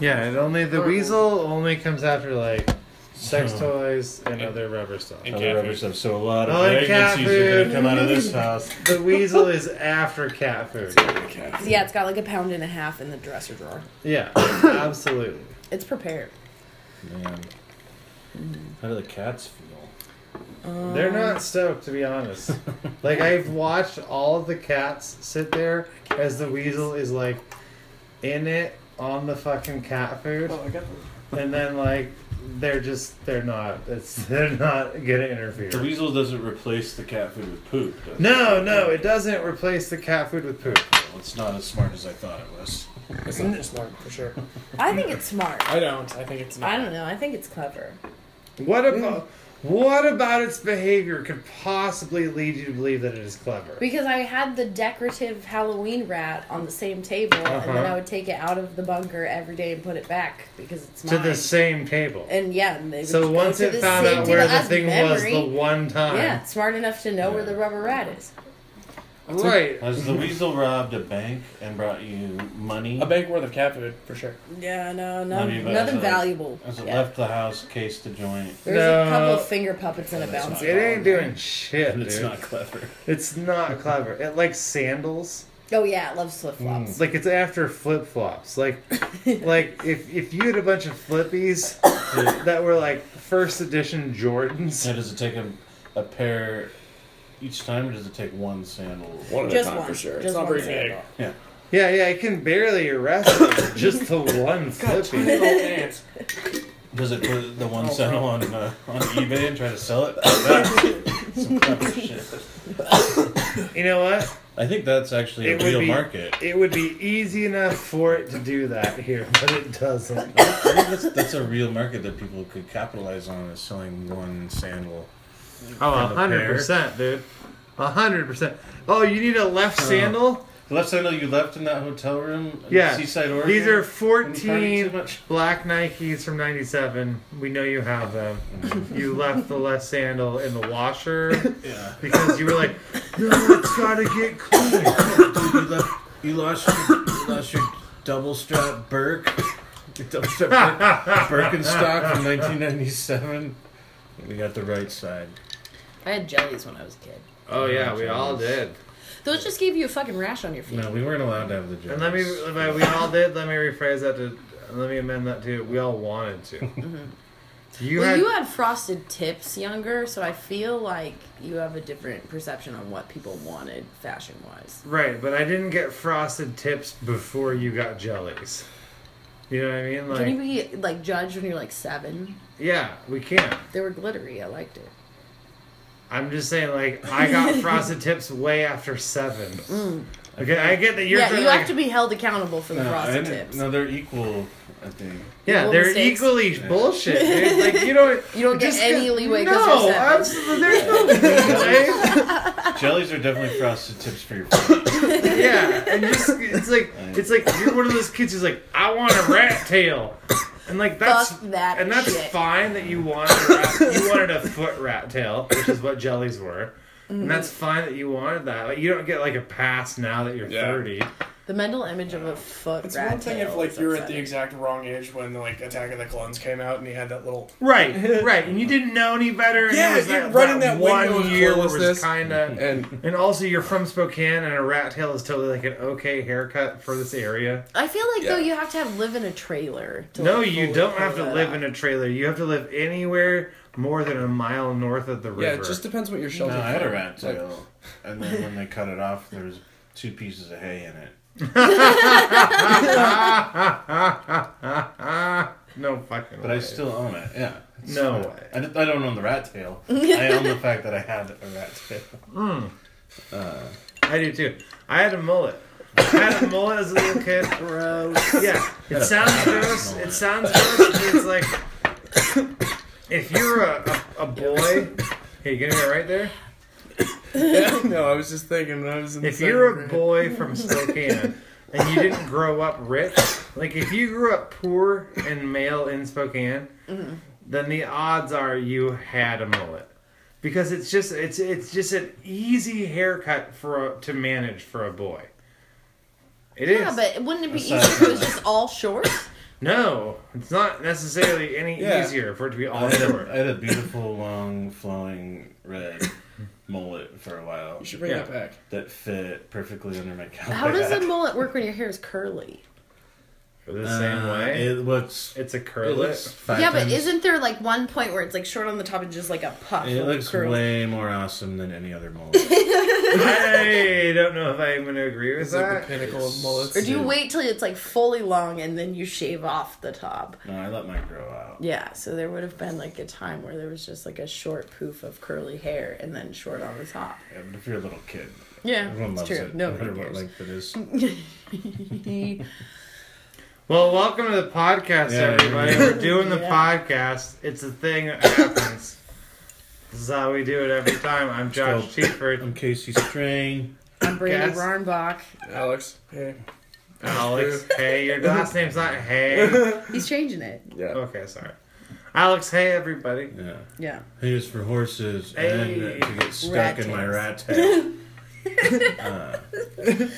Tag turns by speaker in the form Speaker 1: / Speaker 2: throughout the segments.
Speaker 1: Yeah, and only the
Speaker 2: Horrible.
Speaker 1: weasel only comes after like sex
Speaker 3: Oh.
Speaker 1: toys and other rubber stuff.
Speaker 3: And
Speaker 4: Other
Speaker 3: cat
Speaker 4: rubber
Speaker 3: food.
Speaker 4: stuff. So a lot of
Speaker 1: Oh, and cat
Speaker 4: pregnancies are going
Speaker 1: food.
Speaker 4: to come out of this house.
Speaker 1: The weasel is after cat food.
Speaker 3: Cat food.
Speaker 2: Yeah, it's got like a pound and a half in the dresser drawer.
Speaker 1: Yeah, absolutely.
Speaker 2: It's prepared.
Speaker 4: Man, how do the cats feel?
Speaker 1: They're
Speaker 3: Um.
Speaker 1: not stoked, to be honest. Like I've watched all of the cats sit there as the weasel is like in it on the fucking cat food,
Speaker 3: Oh, I got
Speaker 1: and then like they're just they're not it's they're not gonna interfere.
Speaker 4: The weasel doesn't replace the cat food with poop. Does
Speaker 1: No, no, it doesn't replace the cat food with poop.
Speaker 4: It? Well, it's not as smart as I thought it was.
Speaker 3: the- It's not smart for sure.
Speaker 2: I think it's smart.
Speaker 3: I don't. I think it's. Not.
Speaker 2: I don't know. I think it's clever.
Speaker 1: What about what about its behavior could possibly lead you to believe that it is clever?
Speaker 2: Because I had the decorative Halloween rat on the same table, and then
Speaker 1: Uh-huh.
Speaker 2: I would take it out of the bunker every day and put it back because it's
Speaker 1: to
Speaker 2: mine.
Speaker 1: the same table.
Speaker 2: and yeah, and they would
Speaker 1: So
Speaker 2: go
Speaker 1: once
Speaker 2: to
Speaker 1: it
Speaker 2: the
Speaker 1: found
Speaker 2: same
Speaker 1: out where
Speaker 2: table
Speaker 1: the
Speaker 2: as
Speaker 1: thing was
Speaker 2: memory,
Speaker 1: the one time.
Speaker 2: yeah, smart enough to know where the rubber rat is.
Speaker 1: Right.
Speaker 4: Has the weasel robbed a bank and brought you money?
Speaker 3: A bank worth of cat food for sure.
Speaker 2: Yeah, no,
Speaker 4: Not
Speaker 2: no,
Speaker 4: even-
Speaker 2: nothing
Speaker 4: so-
Speaker 2: valuable.
Speaker 4: Has it
Speaker 2: Yeah.
Speaker 4: left the house, case to joint?
Speaker 2: There's a couple
Speaker 1: No.
Speaker 2: of finger puppets and a
Speaker 4: That's
Speaker 2: bouncy.
Speaker 1: It ain't doing shit,
Speaker 4: And
Speaker 1: dude.
Speaker 4: it's not clever.
Speaker 1: clever. It likes sandals.
Speaker 2: Oh yeah, it loves flip flops.
Speaker 1: Like it's after flip flops. Like, like if if you had a bunch of flippies that were like first edition Jordans,
Speaker 4: Now, does it take a, a pair each time, or does it take one sandal?
Speaker 3: One at
Speaker 2: Just
Speaker 3: a time
Speaker 2: one.
Speaker 3: for sure.
Speaker 2: Just
Speaker 3: it's not
Speaker 2: one
Speaker 3: very big.
Speaker 2: sandal.
Speaker 4: Yeah.
Speaker 1: yeah, yeah, it can barely arrest it, just the one flippy.
Speaker 3: Little ants.
Speaker 4: Does it put the one
Speaker 3: Oh,
Speaker 4: sandal on uh, on eBay and try to sell it? Some clever shit.
Speaker 1: You know what?
Speaker 4: I think that's actually
Speaker 1: It would
Speaker 4: a real
Speaker 1: be-
Speaker 4: market.
Speaker 1: It would be easy enough for it to do that here, but it doesn't.
Speaker 4: I think that's, that's a real market that people could capitalize on is selling one sandal.
Speaker 1: Oh,
Speaker 4: Have a
Speaker 1: hundred percent, dude. hundred percent. Oh, you need a left sandal.
Speaker 4: The left sandal you left in that hotel room, in
Speaker 1: Yeah.
Speaker 4: Seaside, Oregon.
Speaker 1: These are
Speaker 4: when you partied too
Speaker 1: 14
Speaker 4: much?
Speaker 1: black Nikes from 97. We know you have them. You left the left sandal in the washer
Speaker 4: Yeah.
Speaker 1: because you were like, no, it's gotta get clean.
Speaker 4: You, left, you lost your, you lost your double strap Burke. Your double strap Birk, Birkenstock from 1997. We got the right side.
Speaker 2: I had jellies when I was a kid.
Speaker 1: Oh, yeah, we all did.
Speaker 2: Those just gave you a fucking rash on your feet.
Speaker 4: No, we weren't allowed to have the
Speaker 1: And let me,
Speaker 4: jellies.
Speaker 1: if I- we all did, let me rephrase that to, let me amend that to, we all wanted to. You
Speaker 2: Mm-hmm. well,
Speaker 1: had,
Speaker 2: you had frosted tips younger, so I feel like you have a different perception on what people wanted fashion wise.
Speaker 1: right, but I didn't get frosted tips before you got jellies. You know what I mean? Like,
Speaker 2: Can you be like judged when you're like seven?
Speaker 1: yeah, we can.
Speaker 2: They were glittery. I liked it.
Speaker 1: I'm just saying, like, I got frosted tips way after seven. Okay, I get that you're
Speaker 2: Mm. yeah,
Speaker 1: trying,
Speaker 2: you
Speaker 1: like,
Speaker 2: have to be held accountable for the
Speaker 4: no, I
Speaker 2: frosted
Speaker 4: didn't-
Speaker 2: tips.
Speaker 4: no, they're equal, I think.
Speaker 1: yeah,
Speaker 2: equal
Speaker 1: they're
Speaker 2: mistakes.
Speaker 1: equally bullshit. Dude. Like, you don't,
Speaker 2: You don't get
Speaker 1: just
Speaker 2: any
Speaker 1: 'cause-
Speaker 2: leeway 'cause
Speaker 1: No,
Speaker 2: you're seven.
Speaker 1: absolutely, there's no leeway.
Speaker 4: Jellies are definitely frosted tips for your feet.
Speaker 1: yeah, and just it's like it's like you're one of those kids who's like, I want a rat tail, and like that's
Speaker 2: Fuck that
Speaker 1: and that's
Speaker 2: shit.
Speaker 1: fine that you wanted a rat, you wanted a foot rat tail, which is what jellies were. And that's fine that you wanted that. Like you don't get like a pass now that you're
Speaker 3: Yeah.
Speaker 1: thirty.
Speaker 2: The mental image of a foot.
Speaker 3: It's
Speaker 2: rat
Speaker 3: one thing
Speaker 2: tail
Speaker 3: if like
Speaker 2: is
Speaker 3: you were at the
Speaker 2: upsetting.
Speaker 3: exact wrong age when like Attack of the Clones came out and he had that little.
Speaker 1: Right, right, and you didn't know any better. and
Speaker 3: Yeah,
Speaker 1: it was
Speaker 3: you're right in that
Speaker 1: one
Speaker 3: window of
Speaker 1: year
Speaker 3: clothes
Speaker 1: was Mm-hmm.
Speaker 3: this.
Speaker 1: kind of,
Speaker 3: And
Speaker 1: and also you're from Spokane, and a rat tail is totally like an okay haircut for this area.
Speaker 2: I feel like though
Speaker 3: Yeah.
Speaker 2: you have to have live in a trailer. To,
Speaker 1: No,
Speaker 2: like,
Speaker 1: you
Speaker 2: pull-
Speaker 1: don't
Speaker 2: pull
Speaker 1: have to
Speaker 2: that
Speaker 1: live
Speaker 2: off.
Speaker 1: in a trailer. You have to live anywhere more than a mile north of the river.
Speaker 3: yeah, it just depends what you're
Speaker 4: No,
Speaker 3: shelter.
Speaker 4: I had a
Speaker 3: from.
Speaker 4: rat
Speaker 3: Like,
Speaker 4: tail, and then when they cut it off, there was two pieces of hay in it.
Speaker 1: no fucking
Speaker 4: But
Speaker 1: way.
Speaker 4: I still own it. Yeah. It's
Speaker 1: No
Speaker 4: fine.
Speaker 1: way.
Speaker 4: I, don't- I don't own the rat tail. I own the fact that I had a rat tail.
Speaker 1: I do too. I had a mullet. I had a mullet as a little kid.
Speaker 2: Gross.
Speaker 1: Yeah, it sounds gross. It sounds gross. but It's like if you're a, a, a boy. Hey, you getting it right there?
Speaker 3: yeah, no, oh, I was just thinking when I was in.
Speaker 1: If
Speaker 3: second
Speaker 1: you're a
Speaker 3: grade.
Speaker 1: boy from Spokane and you didn't grow up rich, like if you grew up poor and male in Spokane,
Speaker 2: Mm-hmm.
Speaker 1: then the odds are you had a mullet. Because it's just it's it's just an easy haircut for a, to manage for a boy. It is.
Speaker 2: Yeah, but wouldn't it be
Speaker 4: That's
Speaker 2: easier
Speaker 4: not-
Speaker 2: if it was just all short?
Speaker 1: No, it's not necessarily any
Speaker 4: Yeah.
Speaker 1: easier for it to be
Speaker 4: I
Speaker 1: all
Speaker 4: had, a, I
Speaker 1: silver.
Speaker 4: had a beautiful, long, flowing red mullet for a while
Speaker 3: You should bring
Speaker 1: Yeah.
Speaker 3: that back.
Speaker 4: that fit perfectly under my cowboy
Speaker 2: How does
Speaker 4: hat.
Speaker 2: a mullet work when your hair is curly?
Speaker 1: The
Speaker 4: Uh,
Speaker 1: same way.
Speaker 4: It looks.
Speaker 1: it's a
Speaker 4: It
Speaker 1: curlet.
Speaker 4: looks five
Speaker 2: yeah,
Speaker 4: times-
Speaker 2: but isn't there like one point where it's like short on the top and just like a puff?
Speaker 4: It
Speaker 2: of
Speaker 4: looks
Speaker 2: curly-
Speaker 4: way more awesome than any other mullet.
Speaker 1: I don't know if I'm going to agree with
Speaker 3: It's like the
Speaker 1: that.
Speaker 3: pinnacle of
Speaker 2: Or
Speaker 3: mullets.
Speaker 2: do you wait till it's like fully long and then you shave off the top?
Speaker 4: no, I let mine grow out.
Speaker 2: Yeah, so there would have been like a time where there was just like a short poof of curly hair and then short on the top.
Speaker 4: Yeah, but if you're a little kid,
Speaker 2: Yeah,
Speaker 4: everyone
Speaker 2: it's
Speaker 4: loves
Speaker 2: true.
Speaker 4: it.
Speaker 2: No,
Speaker 4: no matter what
Speaker 2: cares.
Speaker 4: length it is.
Speaker 1: Well, welcome to the podcast,
Speaker 4: Yeah,
Speaker 1: everybody.
Speaker 4: yeah.
Speaker 1: We're doing the
Speaker 2: Yeah.
Speaker 1: podcast. It's a thing that happens. this is how we do it every time. I'm Josh
Speaker 4: Still-
Speaker 1: Cheeford.
Speaker 4: I'm Casey Strain.
Speaker 2: I'm Brandy
Speaker 1: Guess.
Speaker 2: Rarnbach.
Speaker 3: Alex. Hey.
Speaker 1: Alex Hey. Your last name's not Hay.
Speaker 2: He's changing it.
Speaker 3: Yeah.
Speaker 1: Okay, sorry. Alex Hey, everybody.
Speaker 4: Yeah.
Speaker 2: Yeah.
Speaker 4: He is for horses
Speaker 1: Hey.
Speaker 4: and to get stuck
Speaker 2: Rat
Speaker 4: in my
Speaker 2: tails.
Speaker 4: rat tail.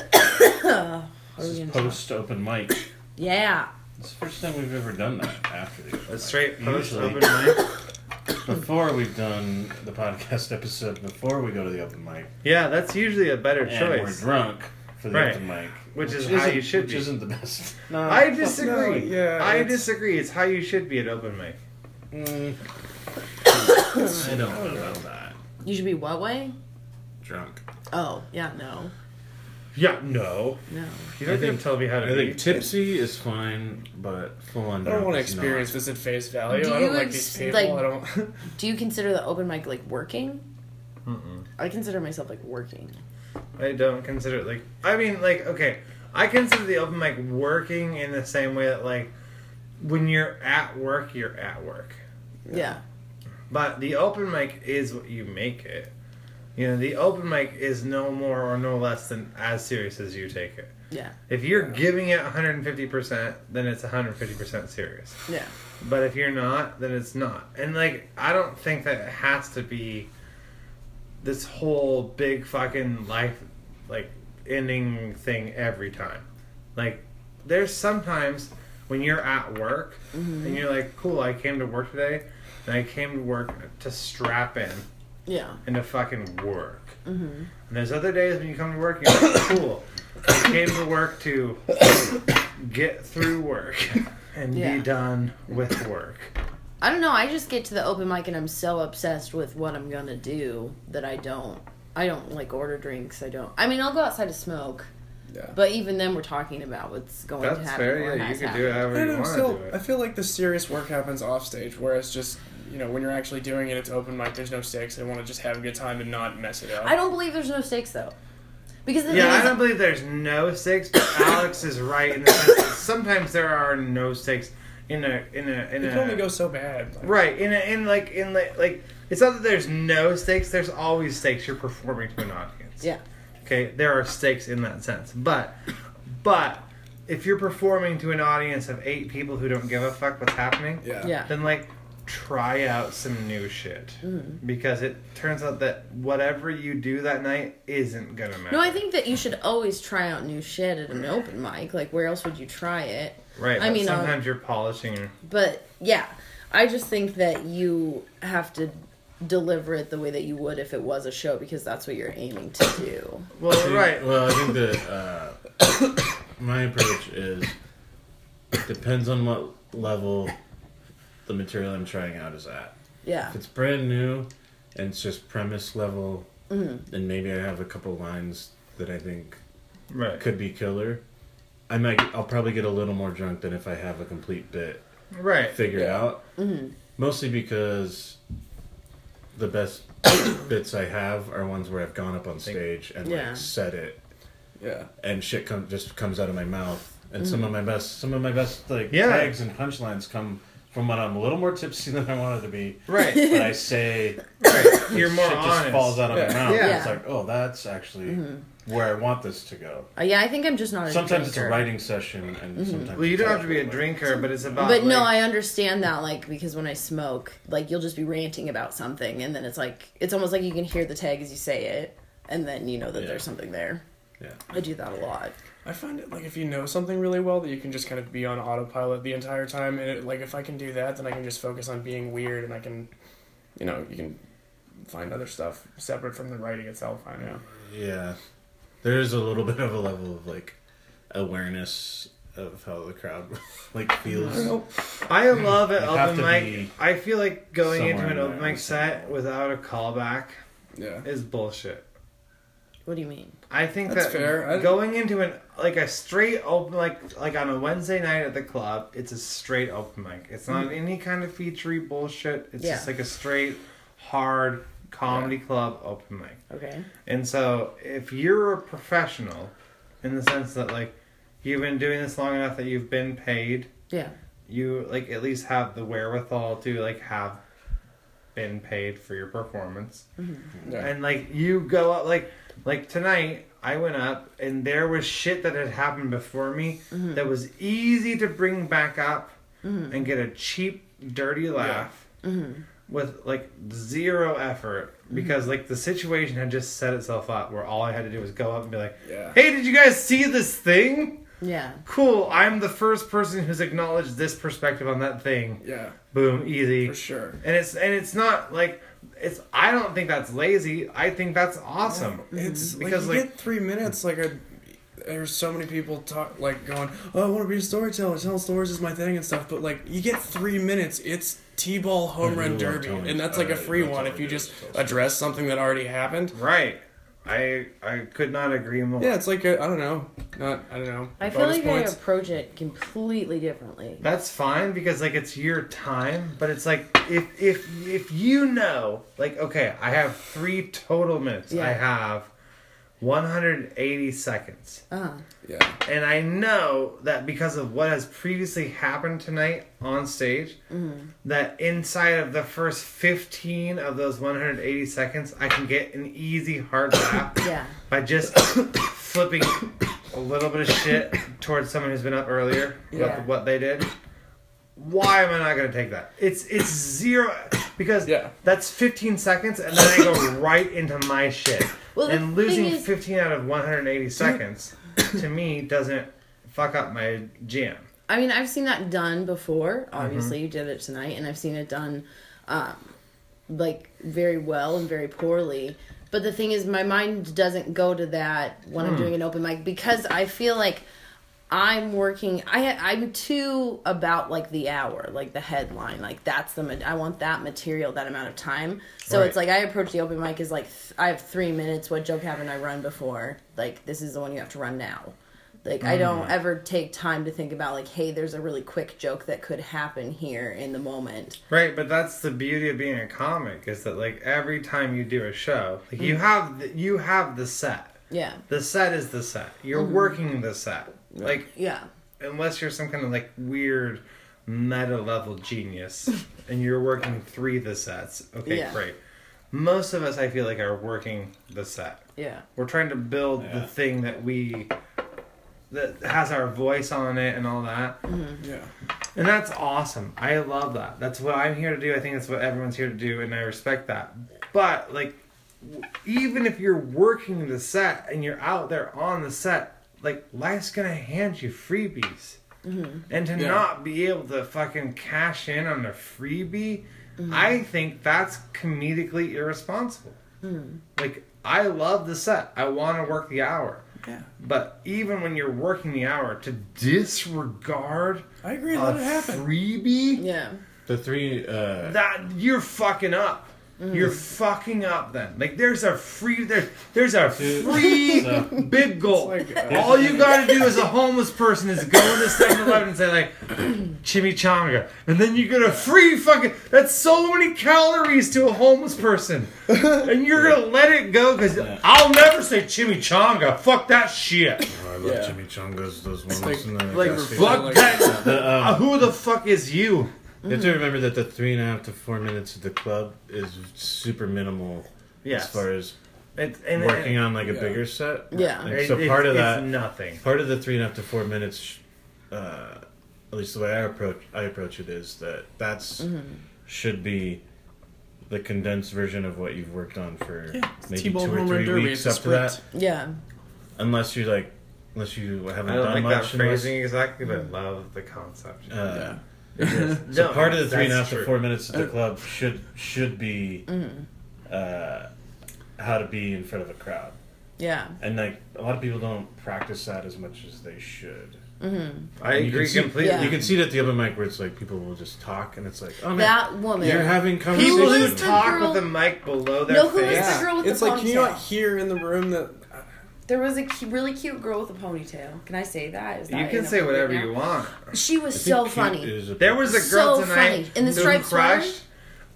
Speaker 4: Uh,
Speaker 2: What are we gonna talk-
Speaker 4: Post open mic.
Speaker 2: Yeah.
Speaker 4: It's the first time we've ever done that after the open
Speaker 1: A
Speaker 4: mic.
Speaker 1: straight post
Speaker 4: Usually.
Speaker 1: open mic.
Speaker 4: Before we've done the podcast episode, before we go to the open mic,
Speaker 1: Yeah, that's usually a better
Speaker 4: and we're
Speaker 1: choice.
Speaker 4: drunk for the
Speaker 1: Right.
Speaker 4: open mic,
Speaker 1: Which is how
Speaker 4: isn't-
Speaker 1: you should
Speaker 4: which
Speaker 1: be.
Speaker 4: isn't the best. No,
Speaker 1: I
Speaker 4: fuck
Speaker 1: disagree.
Speaker 4: no.
Speaker 3: yeah,
Speaker 1: I
Speaker 3: it's-
Speaker 1: disagree. It's how you should be at open mic.
Speaker 4: Mm. I don't know about that.
Speaker 2: You should be what way?
Speaker 4: Drunk.
Speaker 2: Oh, yeah, no.
Speaker 1: Yeah, no.
Speaker 2: No.
Speaker 1: You don't
Speaker 4: I think-
Speaker 1: think, tell me how to
Speaker 4: I
Speaker 1: be.
Speaker 4: think tipsy is fine, but full on.
Speaker 3: I don't want to experience this at face value.
Speaker 2: Do
Speaker 3: I
Speaker 2: you
Speaker 3: don't like these
Speaker 2: ex-
Speaker 3: people.
Speaker 2: like-
Speaker 3: I don't.
Speaker 2: Do you consider the open mic like working? I consider myself like working.
Speaker 1: I don't consider it like. I mean, like, okay. I consider the open mic working in the same way that, like, when you're at work, you're at work.
Speaker 2: Yeah.
Speaker 1: But the open mic is what you make it. You know, the open mic is no more or no less than as serious as you take it.
Speaker 2: Yeah.
Speaker 1: If you're giving it 150%, then it's 150% serious.
Speaker 2: Yeah.
Speaker 1: But if you're not, then it's not. And like, I don't think that it has to be this whole big fucking life, like, ending thing every time. Like, there's sometimes when you're at work and you're like, cool, I came to work today, and I came to work to strap in
Speaker 2: Yeah.
Speaker 1: and to fucking work. Mm-hmm. And there's other days when you come to work, you're like, cool. I came to work to get through work and
Speaker 2: Yeah.
Speaker 1: be done with work.
Speaker 2: I don't know. I just get to the open mic and I'm so obsessed with what I'm gonna do that I don't. I don't like order drinks. I don't. I mean, I'll go outside to smoke,
Speaker 3: Yeah.
Speaker 2: but even then, we're talking about what's going to
Speaker 1: That's
Speaker 2: happen.
Speaker 1: fair.
Speaker 2: or
Speaker 1: Yeah, you
Speaker 2: has
Speaker 1: can do
Speaker 2: happened.
Speaker 1: it however
Speaker 3: I
Speaker 1: you
Speaker 3: don't know.
Speaker 1: want
Speaker 3: Still,
Speaker 1: to do
Speaker 3: I
Speaker 1: it.
Speaker 3: feel like the serious work happens off stage, where it's just you know when you're actually doing it, it's open mic. There's no stakes. I want to just have a good time and not mess it up.
Speaker 2: I don't believe there's no stakes though, because the
Speaker 1: Yeah, I
Speaker 2: thing
Speaker 1: don't
Speaker 2: is,
Speaker 1: believe there's no stakes, but Alex is right in the sense that sometimes there are no stakes in a in a in
Speaker 3: It
Speaker 1: a
Speaker 3: can only go so bad. Like,
Speaker 1: right in a in like in like like it's not that there's no stakes. There's always stakes. You're performing to an audience.
Speaker 2: yeah,
Speaker 1: Okay, there are stakes in that sense, but but if you're performing to an audience of eight people who don't give a fuck what's happening,
Speaker 3: Yeah.
Speaker 2: yeah,
Speaker 1: then like try out some new shit
Speaker 2: Mm-hmm.
Speaker 1: because it turns out that whatever you do that night isn't gonna matter.
Speaker 2: No, I think that you should always try out new shit at an open mic. Like, where else would you try it?
Speaker 1: right.
Speaker 2: I
Speaker 1: but
Speaker 2: mean, um,
Speaker 1: sometimes you're polishing. your-
Speaker 2: But yeah, I just think that you have to deliver it the way that you would if it was a show because that's what you're aiming to do.
Speaker 1: Well, right.
Speaker 4: Well, I think that uh, my approach is it depends on what level the material I'm trying out is at.
Speaker 2: Yeah.
Speaker 4: If it's brand new and it's just premise level, then maybe I have a couple lines that I think
Speaker 1: Right.
Speaker 4: could be killer. I might. I'll probably get a little more drunk than if I have a complete bit
Speaker 1: Right.
Speaker 4: figured
Speaker 3: Yeah.
Speaker 4: out. Mostly because the best bits I have are ones where I've gone up on stage and
Speaker 2: Yeah.
Speaker 4: like said it,
Speaker 3: Yeah.
Speaker 4: and shit come, just comes out of my mouth. And some
Speaker 3: Mm.
Speaker 4: of my best, some of my best like
Speaker 1: Yeah.
Speaker 4: tags and punchlines come from when I'm a little more tipsy than I wanted to be.
Speaker 1: Right.
Speaker 4: But I say
Speaker 1: right. You're more
Speaker 4: shit just
Speaker 1: honest.
Speaker 4: falls out of my
Speaker 3: Yeah. Mm-hmm.
Speaker 4: mouth.
Speaker 2: Yeah.
Speaker 4: It's like, oh, that's actually where I want this to go.
Speaker 2: Uh, yeah, I think I'm just
Speaker 3: Oh,
Speaker 2: not a
Speaker 4: Sometimes it's a
Speaker 2: drinker.
Speaker 4: writing session, and
Speaker 3: Mm-hmm.
Speaker 4: sometimes
Speaker 1: Well, you
Speaker 4: it's
Speaker 1: don't have to be a
Speaker 4: like-
Speaker 1: drinker, but it's about.
Speaker 2: But no,
Speaker 1: like-
Speaker 2: I understand that, like, because when I smoke, like, you'll just be ranting about something, and then it's like, it's almost like you can hear the tag as you say it, and then you know that
Speaker 4: Yeah.
Speaker 2: there's something there.
Speaker 4: Yeah.
Speaker 2: I do that a lot.
Speaker 3: I find it like if you know something really well that you can just kind of be on autopilot the entire time, and it, like if I can do that, then I can just focus on being weird, and I can, you know, you can find other stuff separate from the writing itself. I know.
Speaker 4: Yeah. There is a little bit of a level of like awareness of how the crowd like feels.
Speaker 3: I don't know.
Speaker 1: I love an
Speaker 4: Mm. You have
Speaker 1: open
Speaker 4: to
Speaker 1: mic.
Speaker 4: be
Speaker 1: I feel like going into
Speaker 4: somewhere
Speaker 1: an
Speaker 4: in
Speaker 1: open
Speaker 4: there.
Speaker 1: mic set without a callback
Speaker 3: Yeah.
Speaker 1: is bullshit.
Speaker 2: What do you mean?
Speaker 1: I think
Speaker 3: That's
Speaker 1: that
Speaker 3: fair. I-
Speaker 1: going into an like a straight open like like on a Wednesday night at the club, it's a straight open mic. It's not
Speaker 3: Mm.
Speaker 1: any kind of featurey bullshit. It's
Speaker 2: Yeah.
Speaker 1: just like a straight hard comedy club open mic.
Speaker 2: Okay.
Speaker 1: And so if you're a professional in the sense that like you've been doing this long enough that you've been paid,
Speaker 2: Yeah.
Speaker 1: you like at least have the wherewithal to like have been paid for your performance
Speaker 3: Yeah.
Speaker 1: and like you go up like like tonight i went up and there was shit that had happened before me that was easy to bring back up and get a cheap dirty laugh with like zero effort because like the situation had just set itself up where all i had to do was go up and be like
Speaker 3: Yeah.
Speaker 1: hey did you guys see this thing
Speaker 2: Yeah.
Speaker 1: cool i'm the first person who's acknowledged this perspective on that thing
Speaker 3: Yeah.
Speaker 1: boom easy
Speaker 3: For sure.
Speaker 1: and it's and it's not like it's I don't think that's lazy. I think that's awesome.
Speaker 3: It's
Speaker 1: Because,
Speaker 3: Mm-hmm. like you
Speaker 1: like-
Speaker 3: get three minutes. Like I, there's so many people talk like going, "Oh, I want to be a storyteller. Telling stories is my thing and stuff." But like, you get three minutes. It's t-ball home
Speaker 4: Yeah,
Speaker 3: run
Speaker 4: you love
Speaker 3: derby,
Speaker 4: telling-
Speaker 3: and that's like
Speaker 4: I-
Speaker 3: a free
Speaker 4: I
Speaker 3: one if
Speaker 4: totally
Speaker 3: you
Speaker 4: do
Speaker 3: just
Speaker 4: tell stories.
Speaker 3: address something that already happened.
Speaker 1: Right. I I could not agree more.
Speaker 3: Yeah, it's like a, I don't know, not I don't know.
Speaker 2: I feel
Speaker 3: bonus
Speaker 2: like
Speaker 3: points.
Speaker 2: I approach it completely differently.
Speaker 1: That's fine because like it's your time, but it's like if if if you know, like okay, I have 3 total minutes.
Speaker 2: Yeah.
Speaker 1: I have 180 seconds.
Speaker 2: Uh,
Speaker 3: Yeah,
Speaker 1: And I know that because of what has previously happened tonight on stage, that inside of the first 15 of those 180 seconds, I can get an easy hard laugh
Speaker 2: yeah.
Speaker 1: by just flipping a little bit of shit towards someone who's been up earlier
Speaker 2: Yeah.
Speaker 1: with what they did. Why am I not going to take that? It's it's zero because
Speaker 3: Yeah.
Speaker 1: that's 15 seconds and then I go right into my shit.
Speaker 2: Well, the
Speaker 1: and losing
Speaker 2: thing is-
Speaker 1: 15 out of 180 seconds to me doesn't fuck up my jam.
Speaker 2: I mean, I've seen that done before. Obviously, you did it tonight, and I've seen it done, um, like very well and very poorly. But the thing is, my mind doesn't go to that when I'm doing an open mic because I feel like I'm working. I I'm too about like the hour, like the headline, like that's the. ma- I want that material, that amount of time. So it's
Speaker 1: Right.
Speaker 2: like I approach the open mic as like th- I have three minutes. What joke haven't I run before? Like this is the one you have to run now. Like I don't ever take time to think about like, hey, there's a really quick joke that could happen here in the moment.
Speaker 1: Right, but that's the beauty of being a comic is that like every time you do a show, like you have the, you have the set.
Speaker 2: Yeah.
Speaker 1: The set is the set. You're working the set. Like
Speaker 2: Yeah.
Speaker 1: unless you're some kind of like weird meta level genius and you're working three the sets. Okay,
Speaker 2: Yeah.
Speaker 1: great. Most of us I feel like are working the set.
Speaker 2: Yeah.
Speaker 1: We're trying to build the
Speaker 4: Yeah.
Speaker 1: thing that we that has our voice on it and all that.
Speaker 3: yeah,
Speaker 1: And that's awesome. I love that. That's what I'm here to do. I think that's what everyone's here to do, and I respect that. But like, w- even if you're working the set and you're out there on the set, like life's gonna hand you freebies, and to
Speaker 3: Yeah.
Speaker 1: not be able to fucking cash in on a freebie, I think that's comedically irresponsible. Like, I love the set. I want to work the hour.
Speaker 3: yeah.
Speaker 1: But even when you're working the hour, to disregard
Speaker 3: I agree.
Speaker 1: a
Speaker 3: Let it happen.
Speaker 1: freebie
Speaker 2: Yeah.
Speaker 4: The three uh
Speaker 1: that you're fucking up. You're fucking up. Then like there's a free there's there's a
Speaker 4: Dude,
Speaker 1: free
Speaker 4: so-
Speaker 1: big goal.
Speaker 3: It's like, uh,
Speaker 1: All you gotta do as a homeless person is go into 7-Eleven and say like chimichanga, and then you get a free fucking. That's so many calories to a homeless person, and you're gonna let it go because I'll never say chimichanga. Fuck that shit.
Speaker 4: oh, I love
Speaker 3: Yeah.
Speaker 4: chimichangas, those ones
Speaker 3: like-
Speaker 4: in the
Speaker 3: like
Speaker 4: gas station.
Speaker 1: Fuck
Speaker 3: like-
Speaker 1: that.
Speaker 4: The, um,
Speaker 1: Uh, who the fuck is you?
Speaker 4: You have to remember that the three and a half to four minutes at the club is super minimal
Speaker 1: Yes.
Speaker 4: as far as
Speaker 1: It, and,
Speaker 4: working on like a
Speaker 3: Yeah.
Speaker 4: bigger set.
Speaker 2: Yeah.
Speaker 4: And
Speaker 1: it-
Speaker 4: so
Speaker 1: it-
Speaker 4: part of
Speaker 1: it's
Speaker 4: that,
Speaker 1: nothing.
Speaker 4: part of the three and a half to four minutes, uh, at least the way I approach I approach it is that that's should be the condensed version of what you've worked on for
Speaker 3: Yeah, it's
Speaker 4: maybe
Speaker 3: T-ball
Speaker 4: two
Speaker 3: home
Speaker 4: or
Speaker 3: run
Speaker 4: three
Speaker 3: derby,
Speaker 4: weeks
Speaker 3: it's a
Speaker 4: up to that.
Speaker 2: Yeah.
Speaker 4: Unless you're like unless you haven't
Speaker 1: I don't
Speaker 4: done
Speaker 1: like that
Speaker 4: much. in
Speaker 1: phrasing exactly, but I love the concept.
Speaker 4: life. Uh,
Speaker 3: yeah.
Speaker 4: So
Speaker 1: No,
Speaker 4: part of the three and a
Speaker 1: that's
Speaker 4: half to
Speaker 1: true. Mm.
Speaker 4: four minutes at the
Speaker 3: Uh,
Speaker 4: club should should be uh, how to be in front of a crowd,
Speaker 2: Yeah.
Speaker 4: and like a lot of people don't practice that as much as they should.
Speaker 1: I
Speaker 4: And you can
Speaker 1: agree
Speaker 4: see-
Speaker 1: completely.
Speaker 2: Yeah.
Speaker 4: You can see it at the open mic where it's like people will just talk, and it's like, oh man,
Speaker 2: That woman.
Speaker 4: you're having
Speaker 1: People
Speaker 2: Who
Speaker 4: conversations.
Speaker 2: is
Speaker 1: who
Speaker 2: the
Speaker 1: talk
Speaker 2: girl-
Speaker 1: with the mic below their
Speaker 2: No, who is
Speaker 1: face.
Speaker 2: the girl with
Speaker 3: it's
Speaker 2: the
Speaker 3: like can you not
Speaker 2: ponytail?
Speaker 3: hear in the room that
Speaker 2: There was a cu- really cute girl with a ponytail. Can I say that? Is that
Speaker 1: You can say whatever you want.
Speaker 2: want. She was
Speaker 4: I
Speaker 2: so
Speaker 4: think
Speaker 2: funny.
Speaker 4: cute is a-
Speaker 1: There was a girl
Speaker 2: So
Speaker 1: tonight
Speaker 2: funny. In the
Speaker 1: who
Speaker 2: striped sweater?
Speaker 1: crushed,